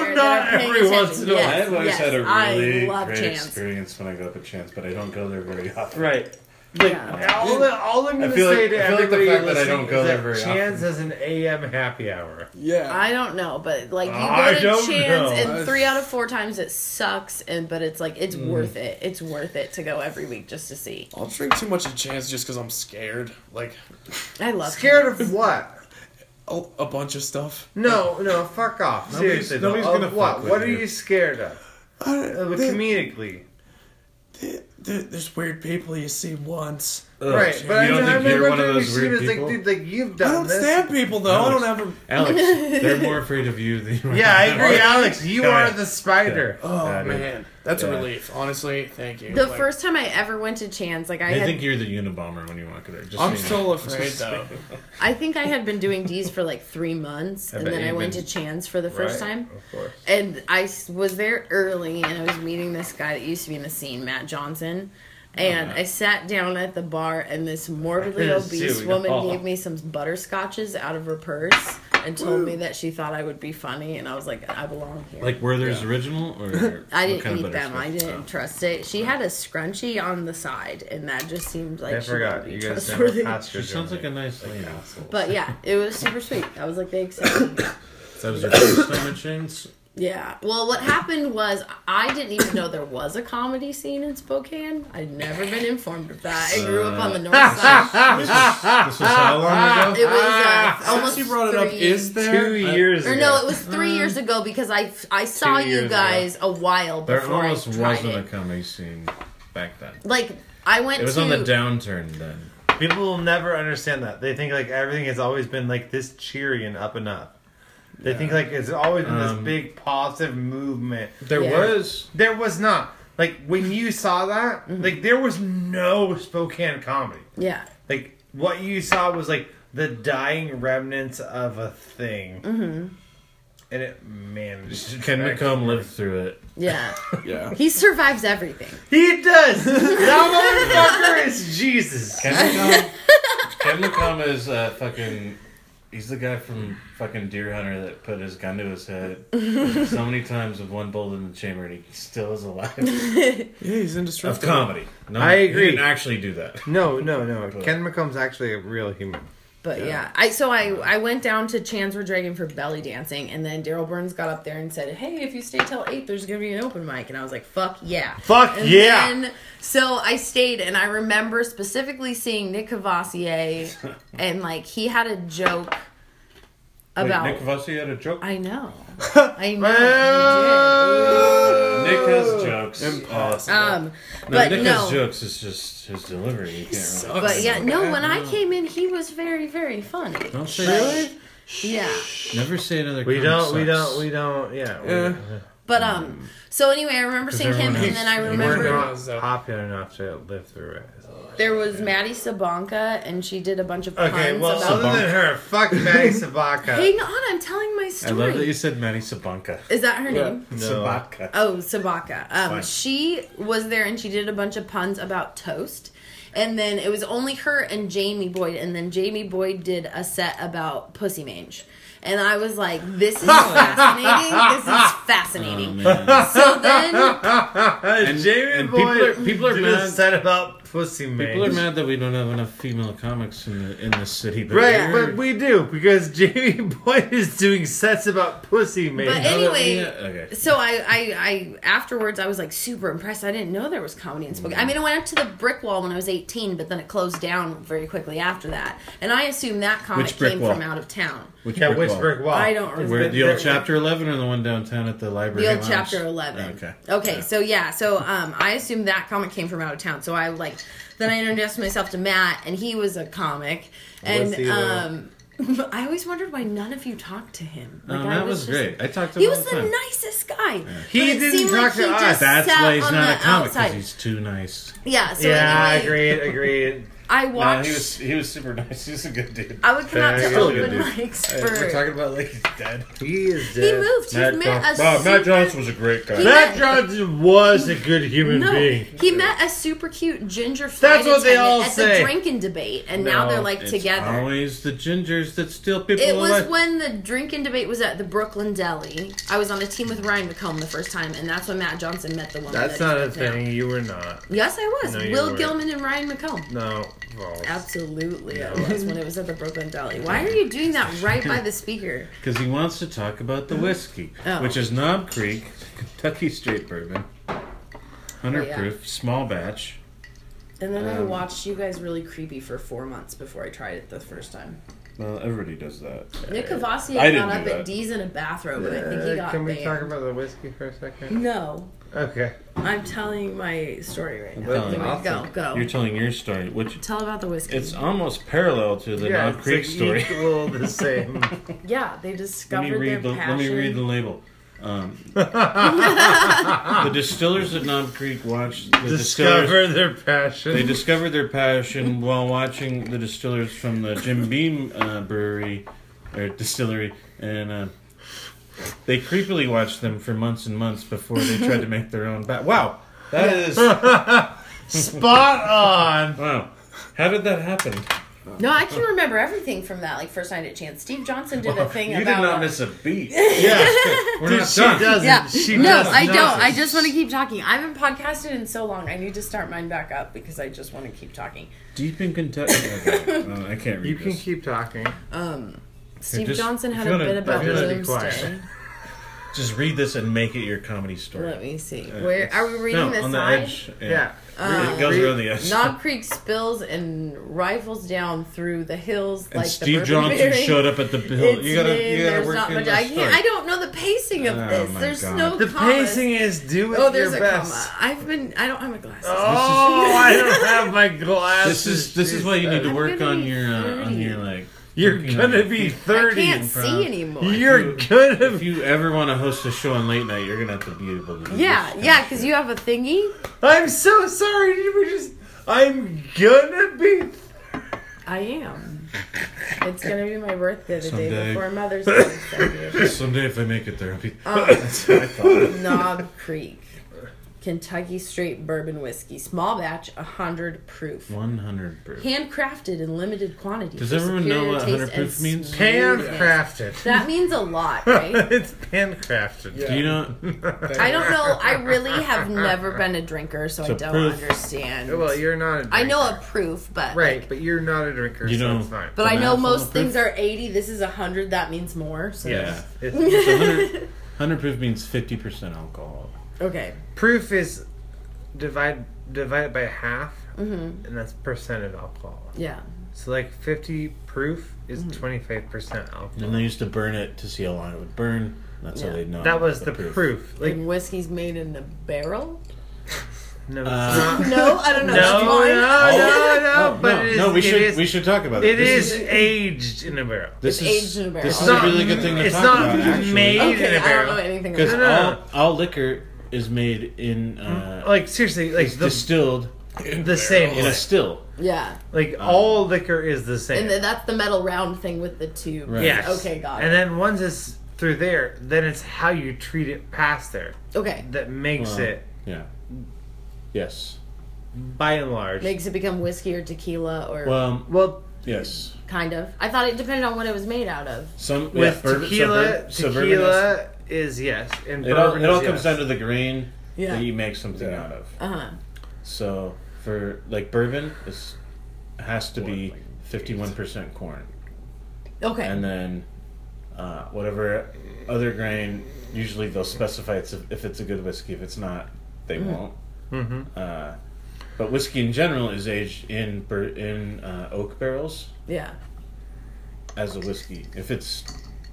Speaker 2: there.
Speaker 1: not
Speaker 2: that are paying
Speaker 1: every
Speaker 2: attention.
Speaker 1: once in a while.
Speaker 2: Yes,
Speaker 4: I've always
Speaker 2: yes,
Speaker 4: had a really
Speaker 2: I love
Speaker 4: great
Speaker 2: Chance.
Speaker 4: experience when I go up at Chance, but I don't go there very often.
Speaker 1: Right. Like,
Speaker 2: Yeah.
Speaker 1: all, the, all I'm
Speaker 4: I
Speaker 1: going to
Speaker 4: feel
Speaker 1: say
Speaker 4: like-
Speaker 1: to
Speaker 4: I feel like the
Speaker 1: everybody
Speaker 4: fact that I
Speaker 1: listening
Speaker 4: don't go
Speaker 1: is
Speaker 4: there
Speaker 1: that
Speaker 4: very
Speaker 1: Chance
Speaker 4: often.
Speaker 1: has an AM happy hour.
Speaker 3: Yeah.
Speaker 2: I don't know, but like you
Speaker 1: I
Speaker 2: go
Speaker 1: don't
Speaker 2: to chance,
Speaker 1: know. Mm.
Speaker 2: and three out of four times it sucks, and but it's like it's worth it. It's worth it to go every week just to see.
Speaker 3: I'll drink too much of Chance just because I'm scared. Like
Speaker 2: I love
Speaker 1: Scared of what?
Speaker 3: a, a bunch of stuff.
Speaker 1: No, no, fuck off.
Speaker 4: Nobody's-
Speaker 1: Seriously,
Speaker 4: nobody's
Speaker 1: though. Of
Speaker 4: gonna fuck
Speaker 1: what?
Speaker 4: with
Speaker 1: what are
Speaker 4: you.
Speaker 1: you scared of?
Speaker 3: I,
Speaker 1: Uh, comedically,
Speaker 3: th- th- there's weird people you see once.
Speaker 4: Ugh,
Speaker 1: right, but I,
Speaker 4: you don't
Speaker 1: know- I
Speaker 4: think you're
Speaker 1: remember
Speaker 4: one of
Speaker 1: doing
Speaker 4: those weird
Speaker 1: shit, it's
Speaker 4: people?
Speaker 1: like, dude, like you've
Speaker 3: I
Speaker 1: done
Speaker 3: don't
Speaker 1: this.
Speaker 3: stab people though. I don't ever.
Speaker 4: Alex, they're more afraid of you than you are.
Speaker 1: Yeah, I agree, Alex. You
Speaker 4: Yeah.
Speaker 1: are the spider.
Speaker 3: Oh
Speaker 4: Yeah, I mean,
Speaker 3: man, that's
Speaker 4: yeah.
Speaker 3: a relief. Honestly, thank you.
Speaker 2: The
Speaker 3: Like,
Speaker 2: first time I ever went to Chan's, like I
Speaker 4: I
Speaker 2: had,
Speaker 4: think you're the Unabomber when you walk in there. Just
Speaker 3: I'm
Speaker 4: so you
Speaker 3: still
Speaker 4: know.
Speaker 3: afraid though.
Speaker 2: I think I had been doing D's for like three months,
Speaker 1: I
Speaker 2: and
Speaker 1: bet
Speaker 2: then I
Speaker 1: you've
Speaker 2: went
Speaker 1: been-
Speaker 2: to Chan's for the first
Speaker 1: Right,
Speaker 2: time.
Speaker 1: Of course.
Speaker 2: and I s- was there early, and I was meeting this guy that used to be in the scene, Matt Johnson.
Speaker 1: Oh,
Speaker 2: And I sat down at the bar, and this morbidly
Speaker 1: Yes,
Speaker 2: obese
Speaker 1: you
Speaker 2: woman
Speaker 1: are.
Speaker 2: gave me some butterscotches out of her purse and told me that she thought I would be funny, and I was like, I belong here.
Speaker 4: Like Werther's original, or
Speaker 2: I
Speaker 4: what
Speaker 2: didn't
Speaker 4: kind of Oh.
Speaker 2: eat them. I
Speaker 4: butterscotch?
Speaker 2: didn't trust it. She had a scrunchie on the side, and that just seemed like
Speaker 1: I
Speaker 2: she
Speaker 1: forgot.
Speaker 2: wouldn't be
Speaker 1: You guys never
Speaker 2: trustworthy.
Speaker 1: passed your
Speaker 4: She sounds like a
Speaker 1: Germany.
Speaker 4: nice lady.
Speaker 2: But yeah, it was super sweet. I was like, they accepted me.
Speaker 4: that was your first time at Shane's.
Speaker 2: Yeah. Well, what happened was I didn't even know there was a comedy scene in Spokane. I'd never been informed of that. I grew up on the north side.
Speaker 4: This was, this was how long
Speaker 2: It
Speaker 4: ago?
Speaker 2: was
Speaker 4: Ah.
Speaker 2: uh, almost
Speaker 3: Since you brought it
Speaker 2: three,
Speaker 3: up, is there
Speaker 1: Two
Speaker 3: a-
Speaker 1: years
Speaker 2: or
Speaker 1: ago.
Speaker 2: no, it was
Speaker 4: Mm.
Speaker 2: three years ago because I I saw
Speaker 1: Two
Speaker 2: you
Speaker 1: years
Speaker 2: guys a while before
Speaker 4: There almost
Speaker 2: I tried
Speaker 4: wasn't a
Speaker 2: it.
Speaker 4: comedy scene back then.
Speaker 2: like I went.
Speaker 4: It was
Speaker 2: to,
Speaker 4: on the downturn then.
Speaker 1: People will never understand that. They think like everything has always been like this cheery and up and up. They think like it's always been this
Speaker 4: Um,
Speaker 1: big positive movement.
Speaker 4: There
Speaker 2: Yeah.
Speaker 4: was.
Speaker 1: There was not. Like when you saw that, like there was no Spokane comedy.
Speaker 2: Yeah.
Speaker 1: Like what you saw was like the dying remnants of a thing. Mm-hmm. And it managed to
Speaker 4: Ken
Speaker 1: track-
Speaker 4: McComb lived through it.
Speaker 2: Yeah.
Speaker 3: Yeah.
Speaker 2: He survives everything.
Speaker 1: He does! that motherfucker is Jesus.
Speaker 4: Ken McComb, Ken McComb is uh, fucking. He's the guy from fucking Deer Hunter that put his gun to his head so many times with one bullet in the chamber, and he still is alive.
Speaker 3: Yeah, he's indestructible.
Speaker 4: Of comedy, no,
Speaker 1: I agree.
Speaker 4: He didn't actually do that.
Speaker 1: No, no, no. Ken McComb's actually a real human.
Speaker 2: But yeah, I so I I went down to Chansworth Dragon for belly dancing, and then Daryl Burns got up there and said, "Hey, if you stay till eight, there's gonna be an open mic," and I was like, "Fuck yeah,
Speaker 1: Fuck
Speaker 2: And
Speaker 1: yeah.
Speaker 2: Then, so I stayed, and I remember specifically seeing Nick Cavassier, and like he had a joke about.
Speaker 4: Wait, Nick Vossi had a joke.
Speaker 2: I know, I know. he did.
Speaker 4: Nick has jokes.
Speaker 3: Impossible.
Speaker 2: Um,
Speaker 4: No,
Speaker 2: but
Speaker 4: Nick
Speaker 2: no,
Speaker 4: has jokes. It's just his delivery. You can't really.
Speaker 2: but yeah, no. When I came in, he was very, very funny.
Speaker 4: Don't say
Speaker 2: Yeah.
Speaker 4: Never say another.
Speaker 1: We
Speaker 4: comic
Speaker 1: don't, we
Speaker 4: sucks.
Speaker 1: don't, we don't, yeah. we-
Speaker 3: Yeah.
Speaker 2: But um, so anyway, I remember seeing him,
Speaker 4: Mm.
Speaker 2: and
Speaker 4: everyone else-
Speaker 2: then I
Speaker 1: We're
Speaker 2: remember uh,
Speaker 1: not popular enough to live through it.
Speaker 2: there was Maddie Sabanka, and she did a bunch of puns
Speaker 1: Okay, well,
Speaker 2: about.
Speaker 1: other than her, fuck Maddie Sabaka.
Speaker 2: Hang on, I'm telling my
Speaker 4: I love that
Speaker 2: story.
Speaker 4: you said Maddie Sabanka.
Speaker 2: Is that her
Speaker 3: Yeah.
Speaker 2: name?
Speaker 1: No.
Speaker 4: Sabanka.
Speaker 2: Oh, Sabaka. Um,
Speaker 4: Fine.
Speaker 2: she was there, and she did a bunch of puns about toast. And then it was only her and Jamie Boyd, and then Jamie Boyd did a set about pussy mange. And I was like, this is fascinating. This is
Speaker 4: Oh,
Speaker 2: fascinating.
Speaker 4: man.
Speaker 2: so then
Speaker 1: And Jamie
Speaker 4: and
Speaker 1: Boyd
Speaker 4: people are- people are
Speaker 1: did a
Speaker 4: mad-
Speaker 1: set about pussy
Speaker 4: People are
Speaker 1: man.
Speaker 4: mad that we don't have enough female comics in the in the city. But
Speaker 1: Right,
Speaker 4: we're-
Speaker 1: but we do because Jamie Boyd is doing sets about pussy
Speaker 2: But
Speaker 1: man.
Speaker 4: Now that
Speaker 2: anyway,
Speaker 4: we- uh, okay.
Speaker 2: so I, I, I afterwards I was like super impressed. I didn't know there was comedy in Spokane. I mean, I went up to the brick wall when I was eighteen, but then it closed down very quickly after that. And I assume that comic
Speaker 4: Which brick
Speaker 2: came
Speaker 4: wall?
Speaker 2: from out of town.
Speaker 4: Which
Speaker 1: yeah, which
Speaker 4: wall?
Speaker 1: brick wall?
Speaker 2: I don't remember.
Speaker 4: Where the old
Speaker 1: There-
Speaker 4: chapter eleven or the one downtown at the library?
Speaker 2: The old
Speaker 4: Lounge?
Speaker 2: chapter eleven.
Speaker 4: Okay.
Speaker 2: Okay. So yeah. So um, I assumed that comic came from out of town. So I like then I introduced myself to Matt, and he was a comic, and
Speaker 1: Was he, though?
Speaker 2: um, I always wondered why none of you talked to him.
Speaker 4: Um,
Speaker 2: I
Speaker 4: that was,
Speaker 2: just-
Speaker 4: great. I talked to him
Speaker 2: He
Speaker 4: all
Speaker 2: was
Speaker 4: the
Speaker 2: the
Speaker 4: time.
Speaker 2: nicest guy.
Speaker 1: He
Speaker 2: But it
Speaker 1: didn't
Speaker 2: seemed
Speaker 1: talk to
Speaker 2: he
Speaker 1: us.
Speaker 2: just
Speaker 4: That's
Speaker 2: sat
Speaker 4: why he's
Speaker 2: on
Speaker 4: not a
Speaker 2: the
Speaker 4: comic because
Speaker 2: outside.
Speaker 4: he's too nice.
Speaker 2: Yeah. So
Speaker 1: yeah,
Speaker 2: anyway,
Speaker 1: agreed, agreed.
Speaker 2: I watched.
Speaker 4: he was super nice. He was a good dude.
Speaker 2: I would come out
Speaker 1: Yeah,
Speaker 2: to
Speaker 1: he's still a
Speaker 4: good
Speaker 2: open
Speaker 4: dude.
Speaker 2: mics for.
Speaker 4: about like he's dead.
Speaker 1: He is dead.
Speaker 2: he moved. He's
Speaker 4: Matt,
Speaker 2: met a
Speaker 4: Bob, Matt
Speaker 2: super,
Speaker 4: Johnson was a great guy.
Speaker 2: He-
Speaker 1: Matt Johnson was a good human
Speaker 2: no,
Speaker 1: being.
Speaker 2: he met a super cute ginger.
Speaker 1: That's
Speaker 2: flight
Speaker 1: what they
Speaker 2: attendant
Speaker 1: all
Speaker 2: at
Speaker 1: say.
Speaker 2: the drinking debate, and
Speaker 1: No,
Speaker 2: now they're like
Speaker 4: It's
Speaker 2: together.
Speaker 4: Always the gingers that steal people
Speaker 2: It was
Speaker 4: away.
Speaker 2: when the drinking debate was at the Brooklyn Deli. I was on a team with Ryan McComb the first time, and that's when Matt Johnson met the woman.
Speaker 1: That's
Speaker 2: that
Speaker 1: not a
Speaker 2: he's with now.
Speaker 1: thing. You were not.
Speaker 2: Yes, I was.
Speaker 1: No, you
Speaker 2: Will
Speaker 1: weren't.
Speaker 2: Gilman and Ryan McComb.
Speaker 1: No. Well,
Speaker 2: Absolutely, it was when it was at the Brooklyn Deli. Why are you doing that right by the speaker?
Speaker 4: Because he wants to talk about the whiskey,
Speaker 2: Oh.
Speaker 4: which is Knob Creek, Kentucky Straight Bourbon, 100
Speaker 2: Oh, Yeah.
Speaker 4: proof, small batch. Um,
Speaker 2: And then I watched you guys really creepy for four months before I tried it the first time.
Speaker 4: No, everybody does that.
Speaker 2: Nick
Speaker 4: I
Speaker 2: Cavassier
Speaker 4: didn't
Speaker 2: got up
Speaker 4: do that.
Speaker 2: at D's in a bathrobe, and I think he
Speaker 1: Uh,
Speaker 2: got
Speaker 1: Can we
Speaker 2: banned.
Speaker 1: talk about the whiskey for a second?
Speaker 2: no,
Speaker 1: Okay.
Speaker 2: I'm telling my story right now.
Speaker 1: telling-
Speaker 2: Anyway,
Speaker 1: I'll
Speaker 2: go, go.
Speaker 4: You're telling your story, which
Speaker 2: Tell about the whiskey.
Speaker 4: it's almost parallel to the
Speaker 1: yeah,
Speaker 4: Knob Creek
Speaker 1: it's
Speaker 4: story.
Speaker 1: equal the same.
Speaker 2: yeah, they
Speaker 4: Let me
Speaker 2: discovered their
Speaker 4: read the
Speaker 2: passion.
Speaker 4: let me read the label. Um, the distillers at Knob Creek watched the distillers
Speaker 1: Discover their passion.
Speaker 4: They discovered their passion while watching the distillers from the Jim Beam uh, brewery or distillery, and uh, they creepily watched them for months and months before they tried to make their own. Ba- wow, that is
Speaker 1: Spot on.
Speaker 4: wow. How did that happen?
Speaker 2: No, I can remember everything from that, like first night at Chance. Steve Johnson did a thing
Speaker 4: you
Speaker 2: about.
Speaker 4: did
Speaker 2: uh,
Speaker 4: not miss a beat. Yeah, we're
Speaker 1: Dude,
Speaker 4: not
Speaker 1: she
Speaker 4: done.
Speaker 1: doesn't.
Speaker 2: Yeah.
Speaker 1: She
Speaker 2: no,
Speaker 1: does
Speaker 2: I
Speaker 1: not.
Speaker 2: don't. I just want to keep talking. I haven't podcasted in so long. I need to start mine back up because I just want to keep talking.
Speaker 4: Deep in Kentucky. Okay. No, I can't read
Speaker 1: You can
Speaker 4: this.
Speaker 1: keep talking.
Speaker 2: Um, Steve
Speaker 4: just-
Speaker 2: Johnson
Speaker 4: if
Speaker 2: had
Speaker 4: you
Speaker 2: a
Speaker 4: wanna-
Speaker 2: bit about
Speaker 1: if you wanna be
Speaker 2: Doomsday.
Speaker 1: quiet.
Speaker 4: Just read this and make it your comedy story.
Speaker 2: Let me see.
Speaker 4: Uh,
Speaker 2: Where
Speaker 4: it's-
Speaker 2: are we reading Um,
Speaker 4: no,
Speaker 2: this
Speaker 4: on the
Speaker 2: side?
Speaker 4: edge.
Speaker 1: Yeah.
Speaker 4: it goes
Speaker 1: read-
Speaker 4: around the edge.
Speaker 2: Knob Creek spills and rifles down through the hills
Speaker 4: And
Speaker 2: like
Speaker 4: Steve
Speaker 2: the
Speaker 4: Johnson
Speaker 2: Burberry.
Speaker 4: showed up at the hill.
Speaker 2: It's
Speaker 4: you gotta,
Speaker 2: mid,
Speaker 4: you gotta
Speaker 2: there's
Speaker 4: work
Speaker 2: not
Speaker 4: in
Speaker 2: much.
Speaker 4: the
Speaker 2: I can't.
Speaker 4: story.
Speaker 2: I don't know the pacing of
Speaker 4: Oh,
Speaker 2: this.
Speaker 4: my
Speaker 2: there's
Speaker 4: God.
Speaker 2: no
Speaker 1: The
Speaker 2: commas.
Speaker 1: pacing is do it
Speaker 2: Oh, there's
Speaker 1: your
Speaker 2: a
Speaker 1: best.
Speaker 2: comma. I've been. I don't have my glasses.
Speaker 1: Oh, I don't have my glasses.
Speaker 4: This is this is why you need to
Speaker 2: I'm
Speaker 4: work
Speaker 2: gonna
Speaker 4: on
Speaker 2: be
Speaker 4: your uh, on
Speaker 2: 30.
Speaker 4: your like.
Speaker 1: You're
Speaker 4: working
Speaker 1: gonna
Speaker 4: on-
Speaker 1: be
Speaker 2: I
Speaker 1: thirty.
Speaker 2: can't
Speaker 4: bro.
Speaker 2: see anymore.
Speaker 1: You're gonna
Speaker 4: If
Speaker 1: be.
Speaker 4: you ever want to host a show on late night, you're gonna have to be able to. Do
Speaker 2: yeah,
Speaker 4: this
Speaker 2: yeah,
Speaker 4: kind of
Speaker 2: because
Speaker 4: shit.
Speaker 2: you have a thingy.
Speaker 1: I'm so sorry. You were just. I'm gonna be.
Speaker 2: I am. It's gonna be my birthday the
Speaker 4: Someday.
Speaker 2: day before Mother's Day. so
Speaker 4: Someday if I make it there, I'll be.
Speaker 2: Um, you- Knob Creek, Kentucky Straight Bourbon Whiskey, small batch, hundred proof,
Speaker 4: One hundred proof.
Speaker 2: handcrafted in limited quantity.
Speaker 4: Does
Speaker 2: for
Speaker 4: everyone know
Speaker 2: superior taste
Speaker 4: what 100 proof
Speaker 2: and
Speaker 4: means?
Speaker 1: Handcrafted.
Speaker 2: That means a lot, right?
Speaker 1: it's handcrafted.
Speaker 3: Yeah.
Speaker 4: Do you know?
Speaker 2: I don't know. I really have never been a drinker, so
Speaker 4: So
Speaker 2: I don't
Speaker 4: proof.
Speaker 2: understand.
Speaker 1: Well, you're not. A drinker.
Speaker 2: I know a proof, but
Speaker 1: Right, but you're not a drinker,
Speaker 4: You
Speaker 1: so
Speaker 4: know-
Speaker 1: it's fine.
Speaker 2: But I
Speaker 4: The
Speaker 2: know
Speaker 4: math on the
Speaker 2: most things
Speaker 4: proof?
Speaker 2: are 80. This is 100. That means more. So
Speaker 4: Yeah.
Speaker 1: It's-
Speaker 4: So 100, 100 proof means fifty percent alcohol.
Speaker 2: Okay.
Speaker 1: proof is divide divided by half,
Speaker 2: Mm-hmm.
Speaker 1: and that's percent of alcohol.
Speaker 2: Yeah.
Speaker 1: So like 50 proof is
Speaker 2: Mm-hmm.
Speaker 1: 25 percent alcohol.
Speaker 4: And they used to burn it to see how long it would burn. That's
Speaker 2: Yeah.
Speaker 4: how they know.
Speaker 1: That was
Speaker 4: about
Speaker 1: the proof. Like
Speaker 2: and whiskey's made in a barrel?
Speaker 1: no, it's
Speaker 4: Uh,
Speaker 1: not.
Speaker 2: No, I don't know.
Speaker 1: No, no,
Speaker 2: That's
Speaker 1: no,
Speaker 2: mine.
Speaker 1: no,
Speaker 4: Oh,
Speaker 1: but
Speaker 4: no,
Speaker 1: it is.
Speaker 4: no, we
Speaker 1: it
Speaker 4: should
Speaker 1: is-
Speaker 4: we should talk about it.
Speaker 1: it
Speaker 4: This
Speaker 1: is aged in a barrel.
Speaker 4: This
Speaker 2: It's aged
Speaker 4: is
Speaker 2: in a barrel.
Speaker 4: this
Speaker 2: It's
Speaker 4: is a
Speaker 1: not-
Speaker 4: really good thing to
Speaker 1: it's
Speaker 4: talk
Speaker 1: not
Speaker 4: about. actually.
Speaker 1: made-
Speaker 2: Okay, I
Speaker 1: barrel.
Speaker 2: don't know anything
Speaker 4: because
Speaker 2: about that.
Speaker 1: No, no, no.
Speaker 4: all all liquor is made in uh,
Speaker 1: Like seriously, like the
Speaker 4: distilled
Speaker 1: the same.
Speaker 4: in a
Speaker 1: way.
Speaker 4: still.
Speaker 2: Yeah.
Speaker 1: Like
Speaker 4: uh,
Speaker 1: all liquor is the same.
Speaker 2: And th- that's the metal round thing with the tube.
Speaker 4: Right.
Speaker 1: yes.
Speaker 2: Okay, got
Speaker 1: And
Speaker 2: it.
Speaker 1: then once it's through there, then it's how you treat it past there
Speaker 2: Okay.
Speaker 1: that makes
Speaker 4: Well,
Speaker 1: it,
Speaker 4: Yeah. Yes.
Speaker 1: by and large.
Speaker 2: Makes it become whiskey or tequila or
Speaker 4: Well,
Speaker 1: well,
Speaker 4: yes.
Speaker 2: kind of. I thought it depended on what it was made out of.
Speaker 4: Some yeah,
Speaker 1: with
Speaker 4: bourbon- so
Speaker 1: tequila,
Speaker 4: bourbon- so bourbon is-
Speaker 1: tequila is yes, and
Speaker 4: it all,
Speaker 1: bourbon
Speaker 4: it all
Speaker 1: is
Speaker 4: comes
Speaker 1: yes.
Speaker 4: down to the grain
Speaker 2: Yeah.
Speaker 4: that you make something
Speaker 3: Yeah.
Speaker 4: out of.
Speaker 2: Uh huh.
Speaker 4: So for like bourbon, it's has to be fifty one percent corn,
Speaker 2: Okay.
Speaker 4: and then uh, whatever other grain. Usually they'll specify it's a, if it's a good whiskey. If it's not, they won't.
Speaker 1: Mhm.
Speaker 4: Uh, but whiskey in general is aged in bur- in uh, oak barrels
Speaker 2: yeah.
Speaker 4: as a whiskey. If it's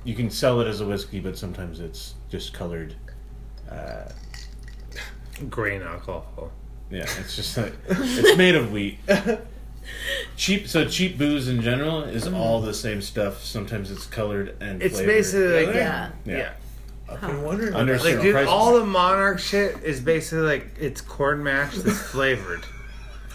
Speaker 4: you can sell it as a whiskey, but sometimes it's just colored. Uh,
Speaker 1: grain alcohol.
Speaker 4: Yeah, it's just like it's made of wheat. cheap, so cheap booze in general is all the same stuff. Sometimes it's colored and
Speaker 1: It's
Speaker 4: flavored.
Speaker 1: basically like
Speaker 2: Yeah.
Speaker 4: yeah.
Speaker 1: yeah.
Speaker 3: I've been wondering.
Speaker 4: Under
Speaker 3: about
Speaker 1: Like,
Speaker 4: Yeah,
Speaker 1: dude,
Speaker 4: prices.
Speaker 1: all the monarch shit is basically like it's corn mash that's flavored.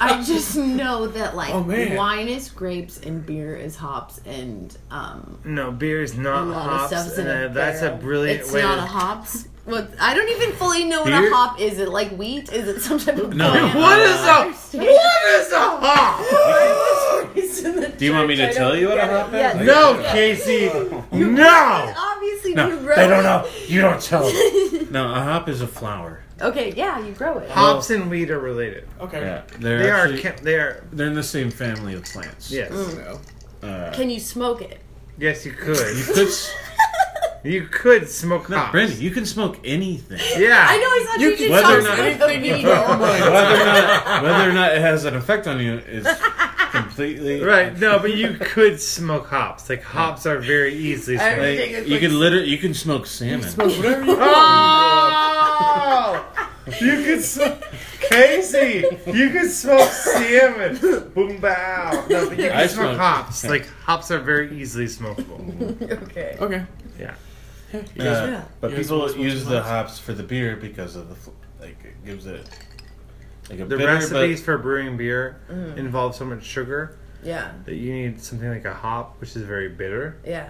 Speaker 2: I just know that like
Speaker 3: Oh, man.
Speaker 2: wine is grapes and beer is hops and um
Speaker 1: No, beer is
Speaker 2: a
Speaker 1: not
Speaker 2: lot of
Speaker 1: hops,
Speaker 2: stuff's
Speaker 1: and
Speaker 2: in
Speaker 1: uh,
Speaker 2: a
Speaker 1: that's a
Speaker 2: barrel.
Speaker 1: brilliant
Speaker 2: It's
Speaker 1: way.
Speaker 2: not
Speaker 1: to,
Speaker 2: a hops. What I don't even fully know what
Speaker 4: Beer-
Speaker 2: a hop is. Is It like wheat? Is it some type of
Speaker 4: No.
Speaker 2: plant?
Speaker 1: What is
Speaker 2: I don't
Speaker 1: a-
Speaker 2: understand.
Speaker 1: What is a hop?
Speaker 2: It's in the
Speaker 4: Do you want me
Speaker 2: church,
Speaker 4: to
Speaker 2: I
Speaker 4: tell
Speaker 2: don't
Speaker 4: you what a
Speaker 2: get it.
Speaker 4: hop is?
Speaker 2: Yeah,
Speaker 4: Like-
Speaker 1: No, Casey, no.
Speaker 2: Obviously,
Speaker 4: No,
Speaker 2: you grow.
Speaker 4: they don't
Speaker 2: it.
Speaker 4: know. You don't tell. them. no, a hop is a flower.
Speaker 2: Okay, yeah, you grow it.
Speaker 1: Hops and wheat are related.
Speaker 3: Okay.
Speaker 4: Yeah, they're
Speaker 1: They are.
Speaker 4: actually- Mm.
Speaker 1: chem- They are.
Speaker 4: they're in the same family of plants.
Speaker 1: Yes.
Speaker 3: No.
Speaker 4: Uh,
Speaker 2: Can you smoke it?
Speaker 1: Yes, you
Speaker 4: you
Speaker 1: could.
Speaker 4: could. s-
Speaker 1: You could smoke
Speaker 4: No,
Speaker 1: hops.
Speaker 4: Brandy, you can smoke anything.
Speaker 1: Yeah.
Speaker 2: I know I saw you
Speaker 1: can-
Speaker 2: can
Speaker 4: Ah, whether or
Speaker 2: talk
Speaker 4: not-
Speaker 2: with the needle.
Speaker 4: whether or not whether or not it has an effect on you is completely
Speaker 1: Right, no, but you could smoke hops. Like hops are very easily
Speaker 2: I-
Speaker 1: smoked.
Speaker 4: Like, you could literally you can smoke salmon.
Speaker 3: Whatever you
Speaker 1: Oh! You could smoke Casey. You could smoke salmon. Boom bow. No, but you
Speaker 4: I
Speaker 1: can smoke
Speaker 4: smoke-
Speaker 1: hops. Like hops are very easily
Speaker 4: Mm.
Speaker 1: smokable.
Speaker 2: okay.
Speaker 3: Okay.
Speaker 1: Yeah.
Speaker 4: Uh,
Speaker 2: Yeah.
Speaker 4: But
Speaker 3: You guys
Speaker 4: people
Speaker 3: want some
Speaker 4: use the
Speaker 3: hops?
Speaker 4: hops for the beer because of the fl- like it gives it like a
Speaker 1: The
Speaker 4: bitter,
Speaker 1: recipes for brewing beer
Speaker 2: Mm.
Speaker 1: involve so much sugar
Speaker 2: Yeah.
Speaker 1: that you need something like a hop, which is very bitter,
Speaker 2: Yeah.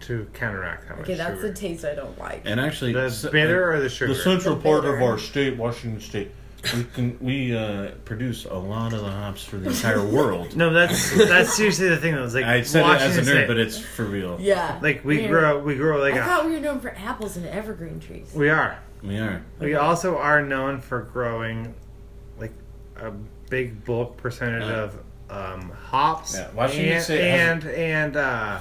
Speaker 1: to counteract how much
Speaker 2: Okay, that's
Speaker 1: sugar.
Speaker 2: the taste I don't like.
Speaker 4: but, and actually
Speaker 1: the bitter or the sugar?
Speaker 4: the central
Speaker 2: The
Speaker 4: part of
Speaker 2: bitter.
Speaker 4: our state, Washington State, we can we uh, produce a lot of the hops for the entire world.
Speaker 1: no, that's that's seriously the thing. That was like
Speaker 4: I said it
Speaker 1: Washington
Speaker 4: as a nerd,
Speaker 1: State.
Speaker 4: but it's for real.
Speaker 2: Yeah.
Speaker 1: like we
Speaker 2: Weird.
Speaker 1: grow we grow like
Speaker 2: I
Speaker 1: a,
Speaker 2: thought we were known for apples and evergreen trees.
Speaker 1: we are.
Speaker 4: We are.
Speaker 1: We also are known for growing like a big bulk percentage of um, hops
Speaker 4: Uh-huh. Yeah, Washington
Speaker 1: and
Speaker 4: State has-
Speaker 1: and, and uh,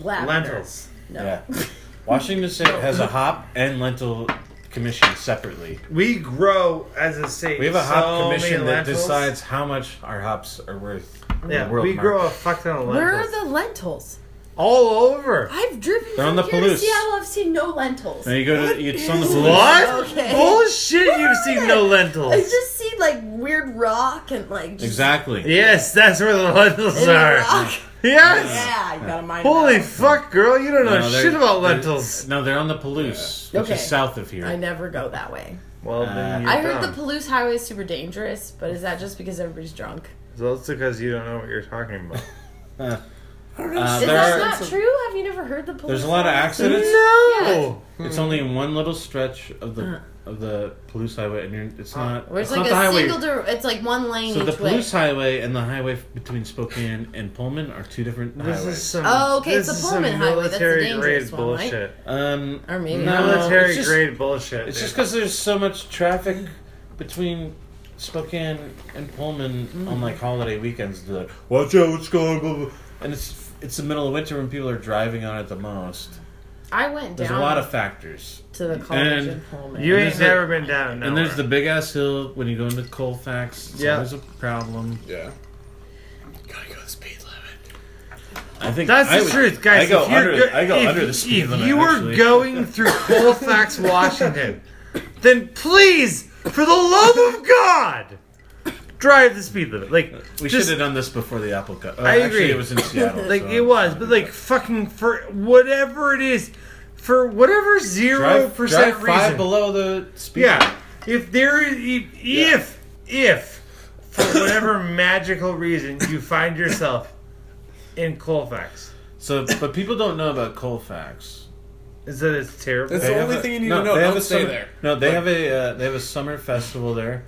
Speaker 2: Lavender.
Speaker 1: lentils.
Speaker 2: No.
Speaker 4: Yeah. Washington State has a hop and lentil commission separately.
Speaker 1: We grow as a state.
Speaker 4: We have a hop
Speaker 1: so
Speaker 4: commission
Speaker 1: many
Speaker 4: that
Speaker 1: lentils.
Speaker 4: decides how much our hops are worth. in the
Speaker 1: Yeah,
Speaker 4: world
Speaker 1: we
Speaker 4: market.
Speaker 1: grow a fuck ton of lentils
Speaker 2: Where are the lentils?
Speaker 1: all over.
Speaker 2: I've driven
Speaker 4: They're on
Speaker 2: from
Speaker 4: the
Speaker 2: here
Speaker 4: Palouse.
Speaker 2: to Seattle. I've seen no lentils.
Speaker 4: Now you go to it's on the
Speaker 1: What
Speaker 2: Okay.
Speaker 1: bullshit? You've seen no lentils.
Speaker 2: I just see like weird rock and like just
Speaker 4: Exactly.
Speaker 1: Yes, that's where the lentils
Speaker 2: little
Speaker 1: are.
Speaker 2: rock.
Speaker 1: Yes.
Speaker 2: Yeah, you gotta mind.
Speaker 1: Holy
Speaker 2: that.
Speaker 1: fuck, girl! You don't know
Speaker 4: No, they're-
Speaker 1: shit about
Speaker 4: they're-
Speaker 1: lentils.
Speaker 4: No, they're on the Palouse, which
Speaker 2: Okay.
Speaker 4: is south of here.
Speaker 2: I never go that way.
Speaker 1: Well,
Speaker 4: Uh,
Speaker 1: then you're
Speaker 2: I heard
Speaker 1: dumb.
Speaker 2: the Palouse Highway is super dangerous, but is that just because everybody's drunk?
Speaker 1: So it's because you don't know what you're talking about.
Speaker 2: is
Speaker 4: Uh, there
Speaker 2: that
Speaker 4: are-
Speaker 2: not true? Have you never heard the Palouse?
Speaker 4: There's a lot of
Speaker 2: Highway?
Speaker 4: accidents.
Speaker 1: No.
Speaker 2: Hmm.
Speaker 4: It's only in one little stretch of the of the Palouse Highway, and you're, it's not.
Speaker 2: Where it's,
Speaker 4: it's
Speaker 2: like
Speaker 4: not the
Speaker 2: a
Speaker 4: highway.
Speaker 2: single. dir- it's like one lane
Speaker 4: so the
Speaker 2: each way.
Speaker 4: Palouse Highway and the highway f- between Spokane and Pullman are two different
Speaker 1: This
Speaker 4: highways.
Speaker 1: is some.
Speaker 2: Oh, okay,
Speaker 1: This
Speaker 2: it's the
Speaker 1: is
Speaker 2: Pullman
Speaker 1: some
Speaker 2: Highway, that's the
Speaker 1: military grade
Speaker 2: dangerous one, right?
Speaker 1: bullshit.
Speaker 4: um,
Speaker 2: Or maybe
Speaker 4: No,
Speaker 2: not.
Speaker 1: military
Speaker 4: it's just-
Speaker 1: grade bullshit.
Speaker 4: it's
Speaker 1: dude.
Speaker 4: just because there's so much traffic between Spokane and Pullman on
Speaker 2: Hmm.
Speaker 4: like holiday weekends. They're like, watch out, what's going? Blah, blah. And it's it's the middle of winter when people are driving on it the most.
Speaker 2: I went
Speaker 4: There's
Speaker 2: down
Speaker 4: a lot of factors.
Speaker 2: to the college
Speaker 4: and
Speaker 2: in Pullman.
Speaker 1: you
Speaker 4: and
Speaker 1: ain't
Speaker 4: there's the-
Speaker 1: never been down.
Speaker 4: And there's the big ass hill when you go into Colfax. It's
Speaker 1: Yeah.
Speaker 4: always a problem.
Speaker 3: Yeah. Gotta go the speed limit.
Speaker 4: I think
Speaker 1: That's
Speaker 4: I
Speaker 1: the
Speaker 4: would-
Speaker 1: truth, guys.
Speaker 4: I go
Speaker 1: if you're
Speaker 4: under.
Speaker 1: go-
Speaker 4: I go
Speaker 1: if,
Speaker 4: under the speed
Speaker 1: if
Speaker 4: limit.
Speaker 1: you
Speaker 4: actually.
Speaker 1: were going through Colfax, Washington, then please, for the love of God, drive the speed limit. Like
Speaker 4: we
Speaker 1: just
Speaker 4: should have done this before the Apple Cup. Oh,
Speaker 1: I
Speaker 4: Actually,
Speaker 1: agree.
Speaker 4: it was in Seattle.
Speaker 1: like
Speaker 4: so-
Speaker 1: it was, but like fucking for whatever it is, for whatever zero
Speaker 4: drive,
Speaker 1: percent
Speaker 4: drive
Speaker 1: reason.
Speaker 4: five below the speed.
Speaker 1: Yeah. If there is, if, if, if, for whatever magical reason you find yourself in Colfax,
Speaker 4: So, but people don't know about Colfax.
Speaker 1: is that it's terrible.
Speaker 3: It's
Speaker 4: They
Speaker 3: the
Speaker 4: have
Speaker 3: only
Speaker 4: a-
Speaker 3: thing you need
Speaker 4: no,
Speaker 3: to know.
Speaker 4: They have
Speaker 3: Don't
Speaker 4: a
Speaker 3: stay
Speaker 4: summer-
Speaker 3: there.
Speaker 4: No, they have a uh, they have a summer festival there.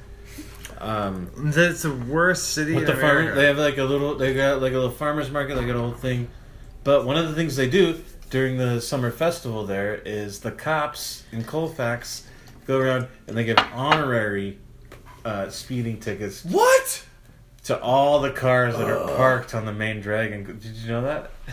Speaker 4: Um,
Speaker 1: That it's the worst city
Speaker 4: with
Speaker 1: in
Speaker 4: the farmer,
Speaker 1: America.
Speaker 4: they have like a little. They got like a little farmers market, like an old thing. But one of the things they do during the summer festival there is the cops in Colfax go around and they give honorary uh, speeding tickets
Speaker 3: What?
Speaker 4: to all the cars that are parked on the main drag. And did you know that?